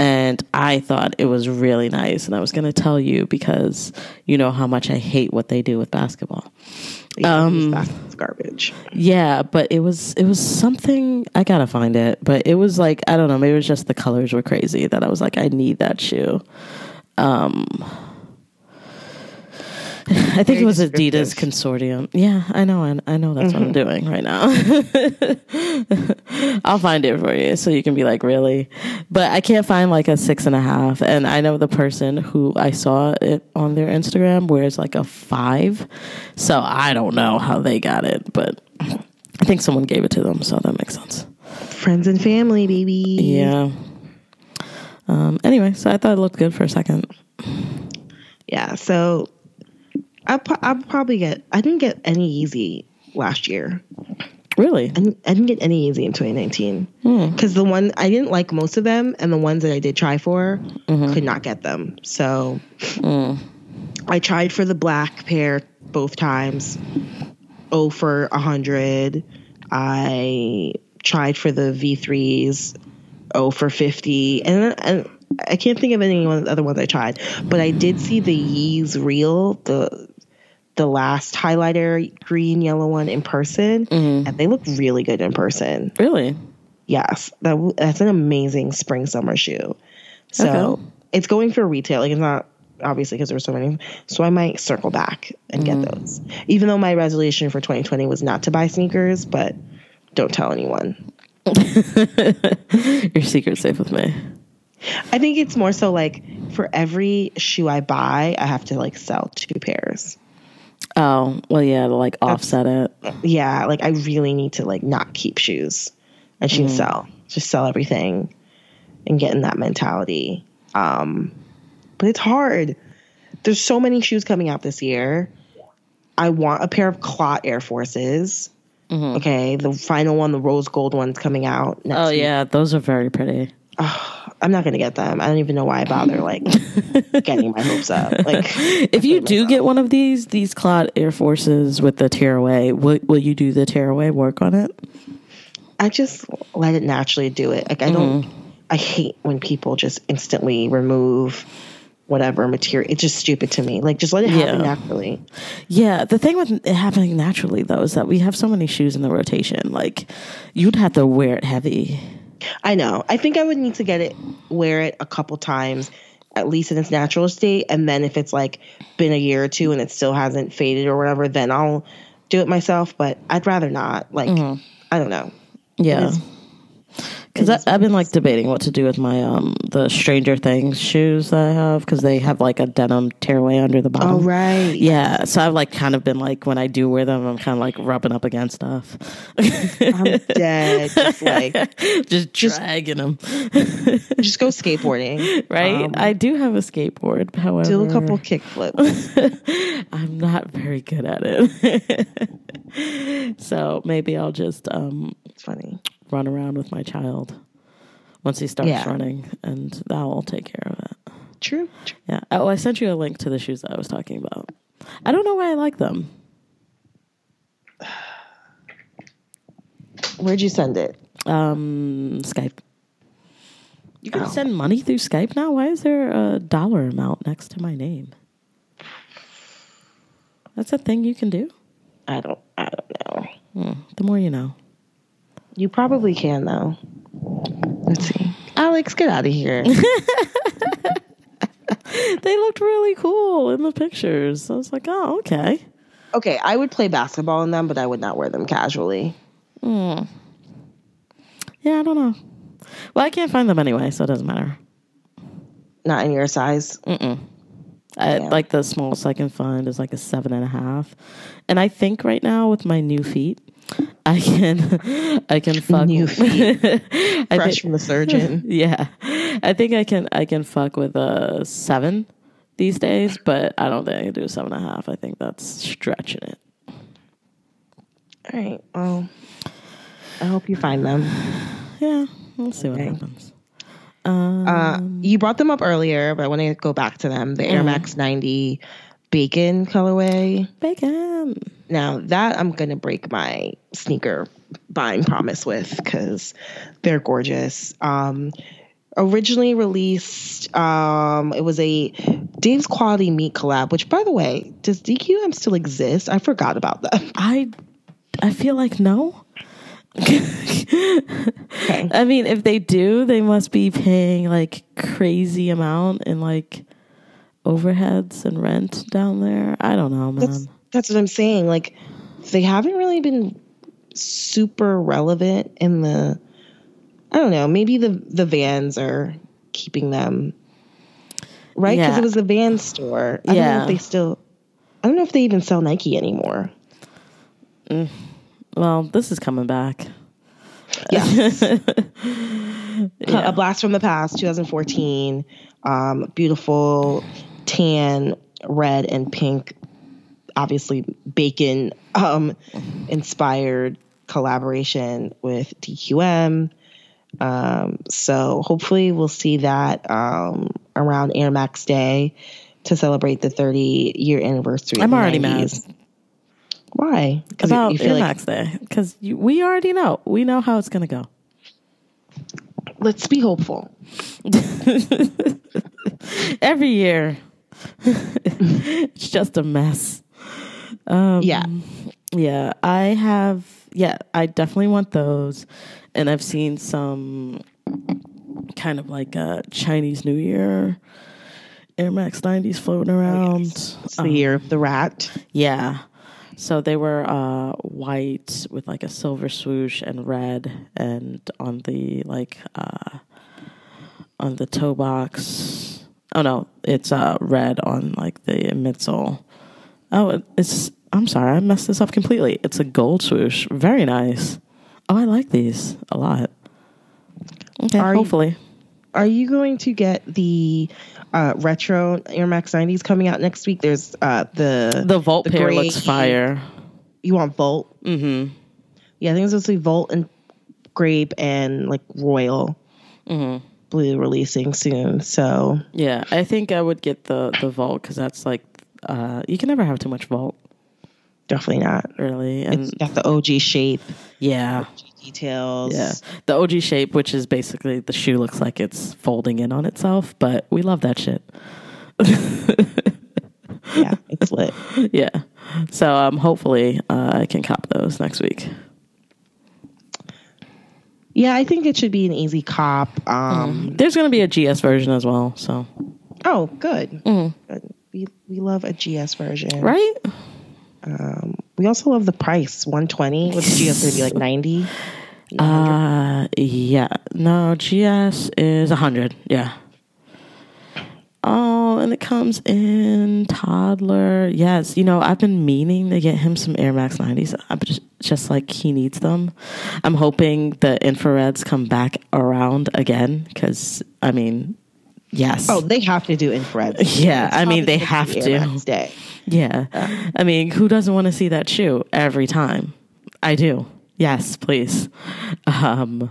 S1: And I thought it was really nice and I was going to tell you because you know how much I hate what they do with basketball. Mm-hmm.
S2: Yeah,
S1: Um,
S2: basketball's garbage.
S1: Yeah, but it was it was something I gotta find it. But it was like I don't know, maybe it was just the colors were crazy that I was like, I need that shoe. Um I think it was Adidas
S2: descriptive.
S1: consortium. Yeah, I know, I, I know that's what I'm doing right now. I'll find it for you so you can be like, really? But I can't find like a six and a half. And I know the person who I saw it on their Instagram wears like a five. So I don't know how they got it, but I think someone gave it to them. So that makes sense.
S2: Friends and family, baby.
S1: Yeah. Um, anyway, so I thought it looked good for a second.
S2: Yeah. So I pro- I'll probably get. I didn't get any easy last year.
S1: Really?
S2: I didn't, I didn't get any easy in 2019 because the one I didn't like most of them, and the ones that I did try for could not get them. So I tried for the black pair both times. Oh for a hundred. I tried for the V3s. Oh for fifty, and and I can't think of any one, other ones I tried, but I did see the Yeez Real, the the last highlighter green yellow one in person, and they look really good in person.
S1: Really?
S2: Yes, that w- that's an amazing spring summer shoe. So
S1: Okay.
S2: it's going for retail. Like it's not obviously because there were so many. So I might circle back and get those. Even though my resolution for 2020 was not to buy sneakers, but don't tell anyone.
S1: Your secret's safe with me.
S2: I think it's more so like for every shoe I buy, I have to like sell two pairs.
S1: Oh, well, yeah, to like offset it.
S2: Yeah, like I really need to like not keep shoes. I should
S1: Mm.
S2: sell, just sell everything, and get in that mentality. Um, but it's hard. There's so many shoes coming out this year. I want a pair of Clot Air Forces. Okay, the final one, the rose gold one's coming out next.
S1: Mm-hmm. Oh,
S2: week.
S1: yeah, those are very pretty.
S2: I'm not gonna get them. I don't even know why I bother like getting my hopes up. Like
S1: If you do get one of these, these Clot Air Forces with the tearaway, will, will you do the tearaway work on it?
S2: I just let it naturally do it. Like I don't.
S1: Mm-hmm.
S2: I hate when people just instantly remove whatever material. It's just stupid to me. Like just let it happen
S1: Yeah.
S2: naturally.
S1: Yeah, the thing with it happening naturally, though, is that we have so many shoes in the rotation. Like, you'd have to wear it heavy.
S2: I know. I think I would need to get it, wear it a couple times, at least in its natural state, and then if it's like been a year or two and it still hasn't faded or whatever, then I'll do it myself. But I'd rather not. Like
S1: Mm-hmm.
S2: I don't know.
S1: Yeah. Because I've been like debating what to do with my um the Stranger Things shoes that I have because they have like a denim tearaway under the bottom.
S2: All right.
S1: Yeah, so I've like kind of been like when I do wear them, I'm kind of like rubbing up against stuff,
S2: I'm dead. Just like
S1: just dragging them.
S2: just go skateboarding.
S1: Right?
S2: Um,
S1: I do have a skateboard, however,
S2: do a couple kickflips.
S1: I'm not very good at it, so maybe I'll just um
S2: It's funny.
S1: run around with my child once he starts
S2: Yeah.
S1: running, and I'll take care of it.
S2: True. True.
S1: Yeah. Oh, I sent you a link to the shoes that I was talking about. I don't know why I like them.
S2: Where'd you send it?
S1: Um, Skype. You can
S2: Oh.
S1: send money through Skype now. Why is there a dollar amount next to my name? That's a thing you can do. Hmm,
S2: I don't. I don't know.
S1: The more you know.
S2: You probably can though. Let's see. Alex, get out of here.
S1: They looked really cool in the pictures. I was like, oh, okay.
S2: okay, I would play basketball in them, but I would not wear them casually.
S1: Yeah, I don't know. Well, I can't find them anyway, so it doesn't matter.
S2: Not in your size.
S1: I,
S2: Yeah.
S1: Like the smallest I can find is like a seven and a half, and I think right now with my new feet, I can, I can fuck
S2: New feet.
S1: I thi-
S2: Fresh from the surgeon.
S1: yeah, I think I can I can fuck with a seven these days, but I don't think I can do a seven and a half. I think that's stretching it.
S2: All right. Well, I hope you find them.
S1: Yeah, we'll see what
S2: Okay.
S1: happens.
S2: Uh, you brought them up earlier, but I want to go back to them. The Air Max 90 bacon colorway.
S1: Bacon.
S2: Now that I'm gonna break my sneaker buying promise with because they're gorgeous. Um, originally released, um, it was a Dave's Quality Meat collab. Which, by the way, does DQM still exist? I forgot about them.
S1: I, I feel like no.
S2: Okay,
S1: I mean, if they do, they must be paying like crazy amount in like overheads and rent down there. I don't know, man.
S2: that's, that's what I'm saying. Like, they haven't really been super relevant in the. I don't know. Maybe the the Vans are keeping them, right? Because
S1: Yeah.
S2: it was the Van store. I don't know
S1: Yeah.
S2: if they still. I don't know if they even sell Nike anymore.
S1: well, this is coming back.
S2: Yeah. A blast from the past, 2014. Um, beautiful tan, red, and pink. Obviously, bacon um, inspired collaboration with DQM. Um, so hopefully, we'll see that um, around Air Max Day to celebrate the 30 year anniversary.
S1: I'm
S2: of the
S1: already
S2: 90s. Why? Because
S1: About Air Max Day because we already know. We know how it's gonna go.
S2: let's be hopeful.
S1: Every year, it's just a mess. Um,
S2: Yeah.
S1: yeah, I have. Yeah, I definitely want those, and I've seen some kind of like a Chinese New Year Air Max 90s floating around.
S2: It's
S1: um,
S2: the year of the rat.
S1: Yeah. So they were uh, white with like a silver swoosh and red, and on the like uh, on the toe box. Oh no, it's uh, red on like the midsole. Oh, it's. I'm sorry, I messed this up completely. It's a gold swoosh. Very nice. Oh, I like these a lot. Okay,
S2: Are you-
S1: hopefully.
S2: Are you going to get the uh, retro Air Max 90s coming out next week? There's uh, the
S1: the Volt pair
S2: gray-
S1: looks fire.
S2: You want Volt?
S1: hmm
S2: Yeah, I think it's supposed to be Volt and Grape and like Royal
S1: Mm-hmm.
S2: Blue releasing soon. So
S1: Yeah, I think I would get the the vault because that's like uh, you can never have too much vault,
S2: definitely not.
S1: really. And
S2: It's got the OG shape,
S1: yeah,
S2: details.
S1: yeah, the OG shape, which is basically the shoe looks like it's folding in on itself, but we love that shit.
S2: yeah it's lit.
S1: yeah, so um, hopefully uh, I can cop those next week.
S2: Yeah, I think it should be an easy cop. Um,
S1: There's gonna be a GS version as well, so Mm.
S2: Oh, good. Good. We we love a GS version.
S1: right?
S2: We also love the price, one twenty. With the GS, going to be like ninety.
S1: Uh, yeah, no, GS is hundred. Yeah. Oh, and it comes in toddler. Yes, you know I've been meaning to get him some Air Max 90s. I'm just, just like he needs them. I'm hoping the infrareds come back around again because I mean, yes.
S2: Oh, they have to do infrared.
S1: yeah. I mean, they have
S2: Probably Air
S1: to.
S2: Max Day.
S1: Yeah. I mean, who doesn't want to see that shoe every time? I do. Yes, please. Um,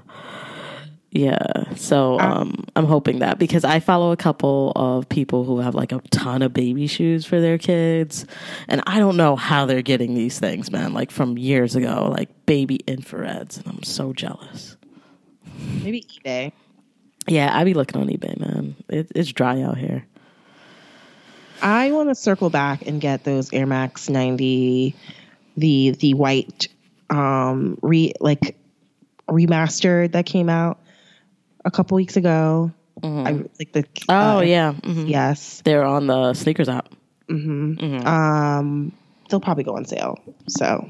S1: yeah. So um, I'm hoping that because I follow a couple of people who have like a ton of baby shoes for their kids. And I don't know how they're getting these things, man, like from years ago, like baby infrareds. And I'm so jealous.
S2: Maybe eBay.
S1: Yeah, I be looking on eBay, man. It, it's dry out here.
S2: I want to circle back and get those Air Max ninety, the the white, um, re like remastered that came out a couple weeks ago. I like the
S1: Mm-hmm. Oh,
S2: uh,
S1: yeah. hmm
S2: yes.
S1: They're on the sneakers app.
S2: Um, they'll probably go on sale. So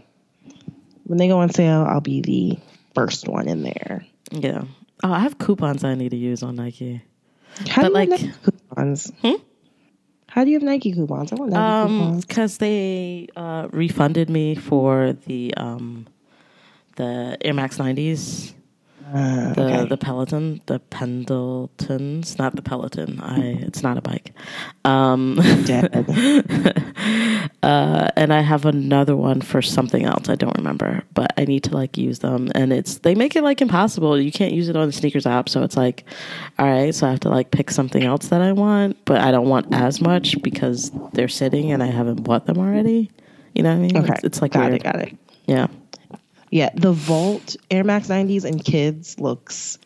S2: when they go on sale, I'll be the first one in there.
S1: Yeah. Oh, I have coupons I need to use on Nike.
S2: How
S1: But,
S2: do you
S1: like- Hmm?
S2: have Nike coupons? How do you have Nike coupons? I want Nike
S1: Um,
S2: coupons.
S1: because they uh, refunded me for the um, the Air Max 90s,
S2: Uh,
S1: the
S2: okay.
S1: the Peloton, the Pendletons, not the Peloton. I it's not a bike. Um,
S2: Dead.
S1: and I have another one for something else. I don't remember, but I need to like use them. And it's they make it like impossible. You can't use it on the sneakers app, so it's like, all right, so I have to like pick something else that I want, but I don't want as much because they're sitting and I haven't bought them already. You know what I mean?
S2: Okay.
S1: It's, it's like
S2: got
S1: weird.
S2: it. Got it.
S1: Yeah.
S2: Yeah, the Volt Air Max 90s and kids looks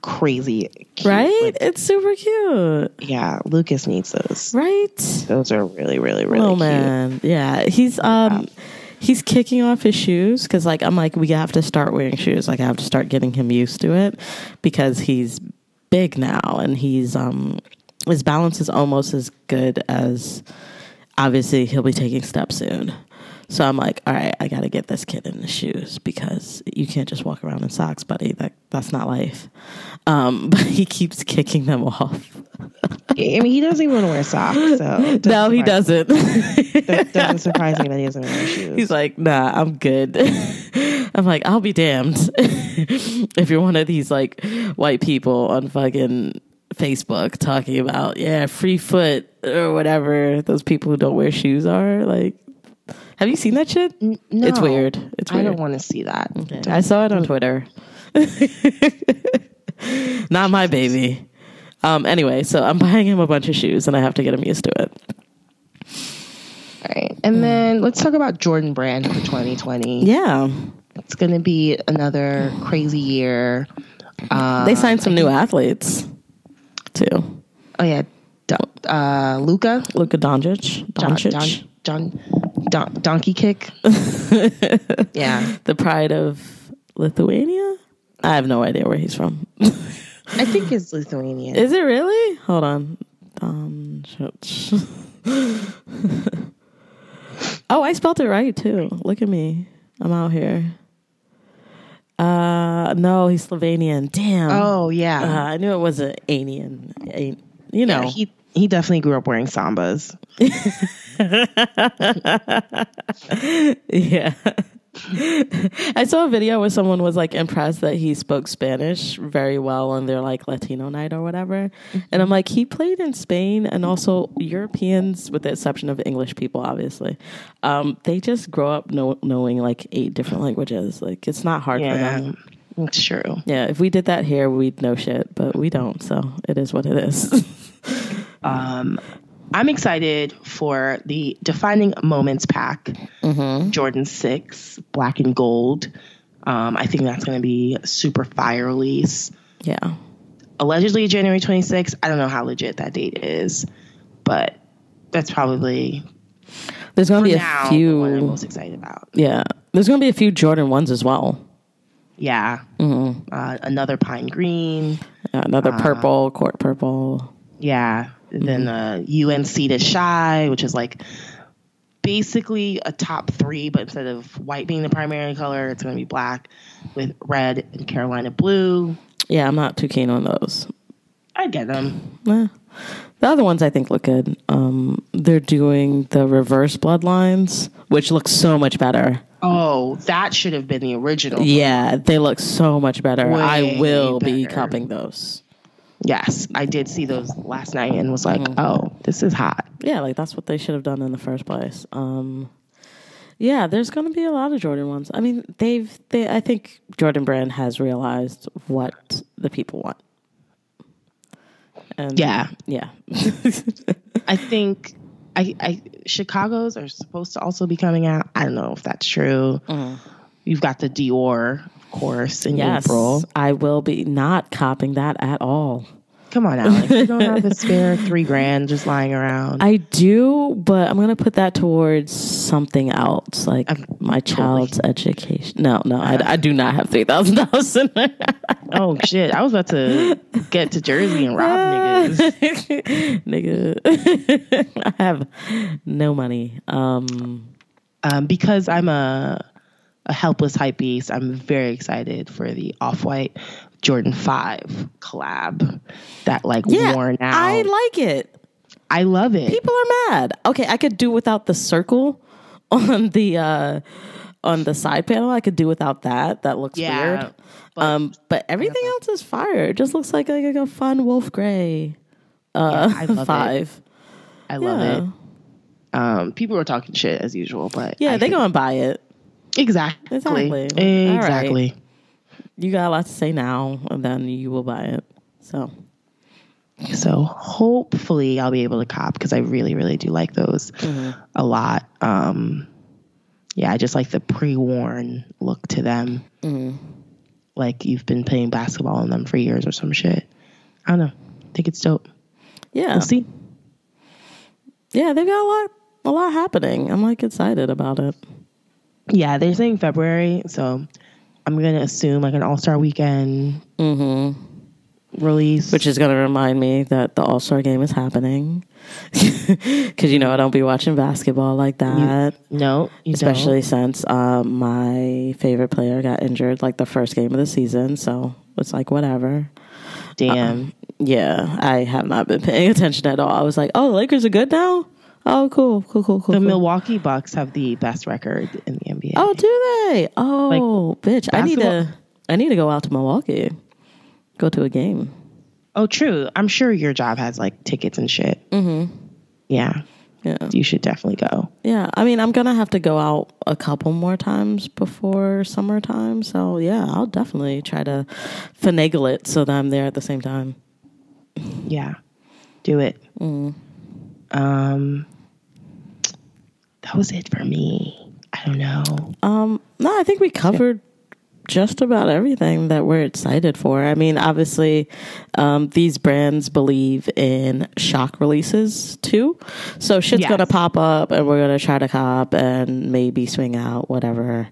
S2: crazy. cute.
S1: Right?
S2: Like,
S1: it's super cute.
S2: yeah, Lucas needs those.
S1: Right?
S2: Those are really, really, really
S1: oh
S2: cute.
S1: man. Yeah. He's um he's kicking off his shoes cuz like I'm like we have to start wearing shoes. Like I have to start getting him used to it because he's big now and he's um his balance is almost as good as obviously he'll be taking steps soon. So I'm like, all right, I got to get this kid in the shoes because you can't just walk around in socks, buddy. That that's not life. Um, but he keeps kicking them off.
S2: I mean, he doesn't even want to wear socks. So it doesn't
S1: No, he
S2: surprise-
S1: doesn't.
S2: That doesn't surprise me that he doesn't wear shoes.
S1: He's like, nah, I'm good. I'm like, I'll be damned if you're one of these like white people on fucking Facebook talking about, yeah, free foot or whatever those people who don't wear shoes are. Like, have you seen that shit?
S2: no.
S1: It's weird. It's
S2: I
S1: weird.
S2: don't want to see that.
S1: I saw it on Twitter. Not my baby. Um, anyway, so I'm buying him a bunch of shoes and I have to get him used to it.
S2: All right.
S1: Hmm.
S2: And then let's talk about Jordan Brand for 2020.
S1: Yeah.
S2: It's going to be another crazy year. Uh,
S1: They signed some new athletes. too.
S2: Oh yeah, Don, uh, Luca,
S1: Luka Doncic,
S2: Don,
S1: Doncic,
S2: Don, Don, Don, Donkey Kick. yeah,
S1: the pride of Lithuania. I have no idea where he's from.
S2: I think it's Lithuanian.
S1: Is it really? Hold on. Doncic. oh, I spelled it right too. Look at me. I'm out here. Uh, no, he's Slovenian. Damn.
S2: oh yeah,
S1: Uh, I knew it was an Anian. An- you know.
S2: Yeah, he he definitely grew up wearing sambas.
S1: Yeah. I saw a video where someone was like impressed that he spoke Spanish very well on their like Latino night or whatever. And
S2: Mm-hmm.
S1: I'm like, he played in Spain and also Europeans, with the exception of English people, obviously. Um, they just grow up know- knowing like eight different languages. Like, it's not hard for
S2: Yeah,
S1: them.
S2: Um, it's true.
S1: Yeah, if we did that here, we'd know shit, but we don't. So it is what it is.
S2: I'm excited for the defining moments pack, Jordan Six, black and gold. Um, I think that's going to be a super fire release.
S1: yeah.
S2: Allegedly January 26th. I don't know how legit that date is, but that's probably
S1: There's going to be a
S2: now the one I'm
S1: few.
S2: most excited about.
S1: Yeah. There's going to be a few Jordan ones as well.
S2: Yeah,
S1: Mm-hmm.
S2: uh, another pine green.
S1: Yeah, another
S2: Uh-huh.
S1: purple, court purple.
S2: Yeah. And then
S1: Mm-hmm.
S2: uh, UNC to Shy, which is like basically a top three, but instead of white being the primary color, it's going to be black with red and Carolina blue.
S1: Yeah, I'm not too keen on those.
S2: I get them.
S1: Eh. The other ones I think look good. Um, they're doing the reverse bloodlines, which looks so much better.
S2: Oh, that should have been the original.
S1: Yeah, they look so much better. I
S2: Way
S1: will be
S2: better.
S1: copying those.
S2: Yes, I did see those last night and was like,
S1: Mm-hmm.
S2: oh, this is hot.
S1: Yeah, like that's what they should have done in the first place. Um, yeah, there's going to be a lot of Jordan ones. I mean, they've they I think Jordan Brand has realized what the people want. And
S2: Yeah.
S1: yeah.
S2: I think I, I Chicago's are supposed to also be coming out. I don't know if that's true. You've got the Dior, of course, in
S1: Mm. Yes,
S2: April.
S1: I will be not copying that at all.
S2: Come on, Alex. You don't have a spare three grand just lying around.
S1: I do, but I'm gonna put that towards something else, like my child's education. No, no, I, I do not have three thousand dollars in there.
S2: oh shit! I was about to get to Jersey and rob niggas.
S1: Nigga, I have no money. Um,
S2: Um, because I'm a a helpless hype beast. I'm very excited for the off white Jordan Five collab. That like worn out.
S1: I like it.
S2: I love it.
S1: people are mad. Okay, I could do without the circle on the uh on the side panel. I could do without that. That looks
S2: Yeah,
S1: weird. um, but everything else is fire. It just looks like, like a fun Wolf Gray uh,
S2: I love it.
S1: five.
S2: I love
S1: Yeah,
S2: it. Um, people were talking shit as usual, but
S1: yeah
S2: I
S1: they
S2: think-
S1: go and buy it.
S2: exactly
S1: Exactly. All right.
S2: exactly.
S1: You got a lot to say now, and then you will buy it. So
S2: So hopefully I'll be able to cop because I really, really do like those
S1: Mm-hmm.
S2: a lot. Um, yeah, I just like the pre-worn look to them.
S1: Mm-hmm.
S2: Like you've been playing basketball in them for years or some shit. I don't know. I think it's dope.
S1: yeah,
S2: We'll see.
S1: yeah, they've got a lot, a lot happening. I'm like excited about it.
S2: Yeah, they're saying February, so I'm gonna assume like an All Star Weekend
S1: Mm-hmm.
S2: release.
S1: which is going to remind me that the All Star game is happening. Because, you know, I don't be watching basketball like that,
S2: no, you
S1: especially since uh, my favorite player got injured like the first game of the season. So it's like, whatever.
S2: don't. damn.
S1: Yeah, I have not been paying attention at all. I was like, oh, the Lakers are good now? Oh, cool, cool, cool, cool.
S2: the
S1: cool.
S2: Milwaukee Bucks have the best record in the NBA.
S1: oh, do they? Oh, bitch. I need
S2: basketball-
S1: to. I need to go out to Milwaukee, go to a game.
S2: Oh, true. I'm sure your job has like tickets and shit. Mm-hmm. Yeah,
S1: Yeah.
S2: you should definitely go.
S1: Yeah, I mean, I'm gonna have to go out a couple more times before summertime. So yeah, I'll definitely try to finagle it so that I'm there at the same time.
S2: Yeah, do it. Um, that was it for me. I don't know.
S1: No, I think we covered just about everything that we're excited for. I mean, obviously, um, these brands believe in shock releases too. So shit's
S2: Yes.
S1: gonna pop up, and we're gonna try to cop and maybe swing out whatever.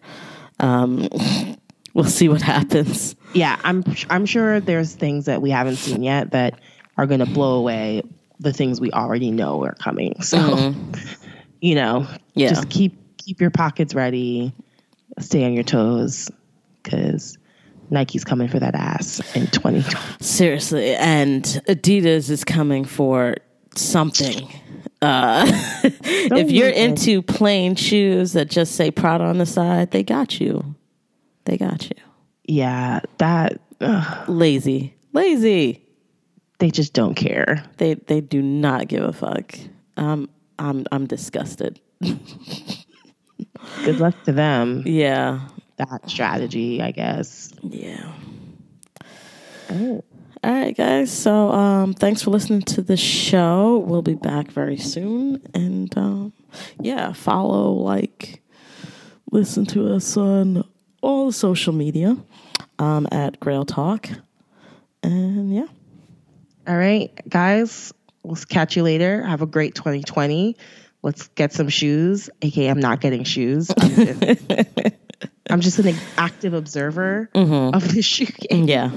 S1: Um, we'll see what happens.
S2: yeah, I'm I'm sure there's things that we haven't seen yet that are going to blow away the things we already know are coming. So, you know,
S1: Mm-hmm. Yeah.
S2: just keep keep your pockets ready, stay on your toes cuz Nike's coming for that ass in 2020.
S1: Seriously, and Adidas is coming for something. Uh, if you're
S2: worry.
S1: into plain shoes that just say Prada on the side, they got you. They got you.
S2: Yeah, that ugh,
S1: Lazy, lazy.
S2: they just don't care.
S1: They they do not give a fuck. Um, I'm I'm disgusted.
S2: Good luck to them.
S1: Yeah,
S2: That strategy, I guess.
S1: yeah. All right, guys. So, um, thanks for listening to the show. We'll be back very soon, and um, yeah, follow, like, listen to us on all the social media um, at Grail Talk, and yeah,
S2: All right, guys, we'll catch you later. Have a great 2020. Let's get some shoes. AKA, I'm not getting shoes. I'm just, I'm just an active observer
S1: Mm-hmm.
S2: of the shoe game.
S1: yeah,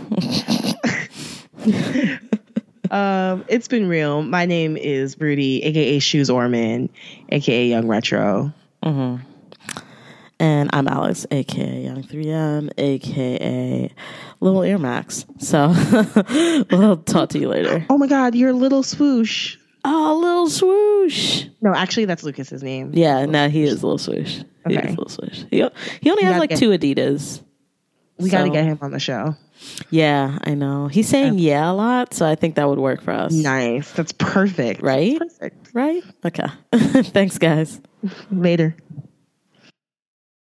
S2: Um, it's been real. My name is Rudy, AKA Shoes Orman, AKA Young Retro.
S1: and I'm Alex, aka Young 3M, aka Little Air Max. So, we'll talk to you later.
S2: Oh my God, you're Little Swoosh.
S1: Oh, little swoosh.
S2: No, actually, that's Lucas's name.
S1: Yeah, no, he is Lil Swish. He
S2: Okay.
S1: is Lil Swish. He, he only has
S2: gotta
S1: like
S2: get-
S1: two Adidas.
S2: we got to
S1: so-
S2: get him on the show.
S1: Yeah, I know. He's saying yeah a lot, so I think that would work for us.
S2: Nice. That's perfect.
S1: Right?
S2: Perfect.
S1: Right? Okay. Thanks, guys.
S2: Later.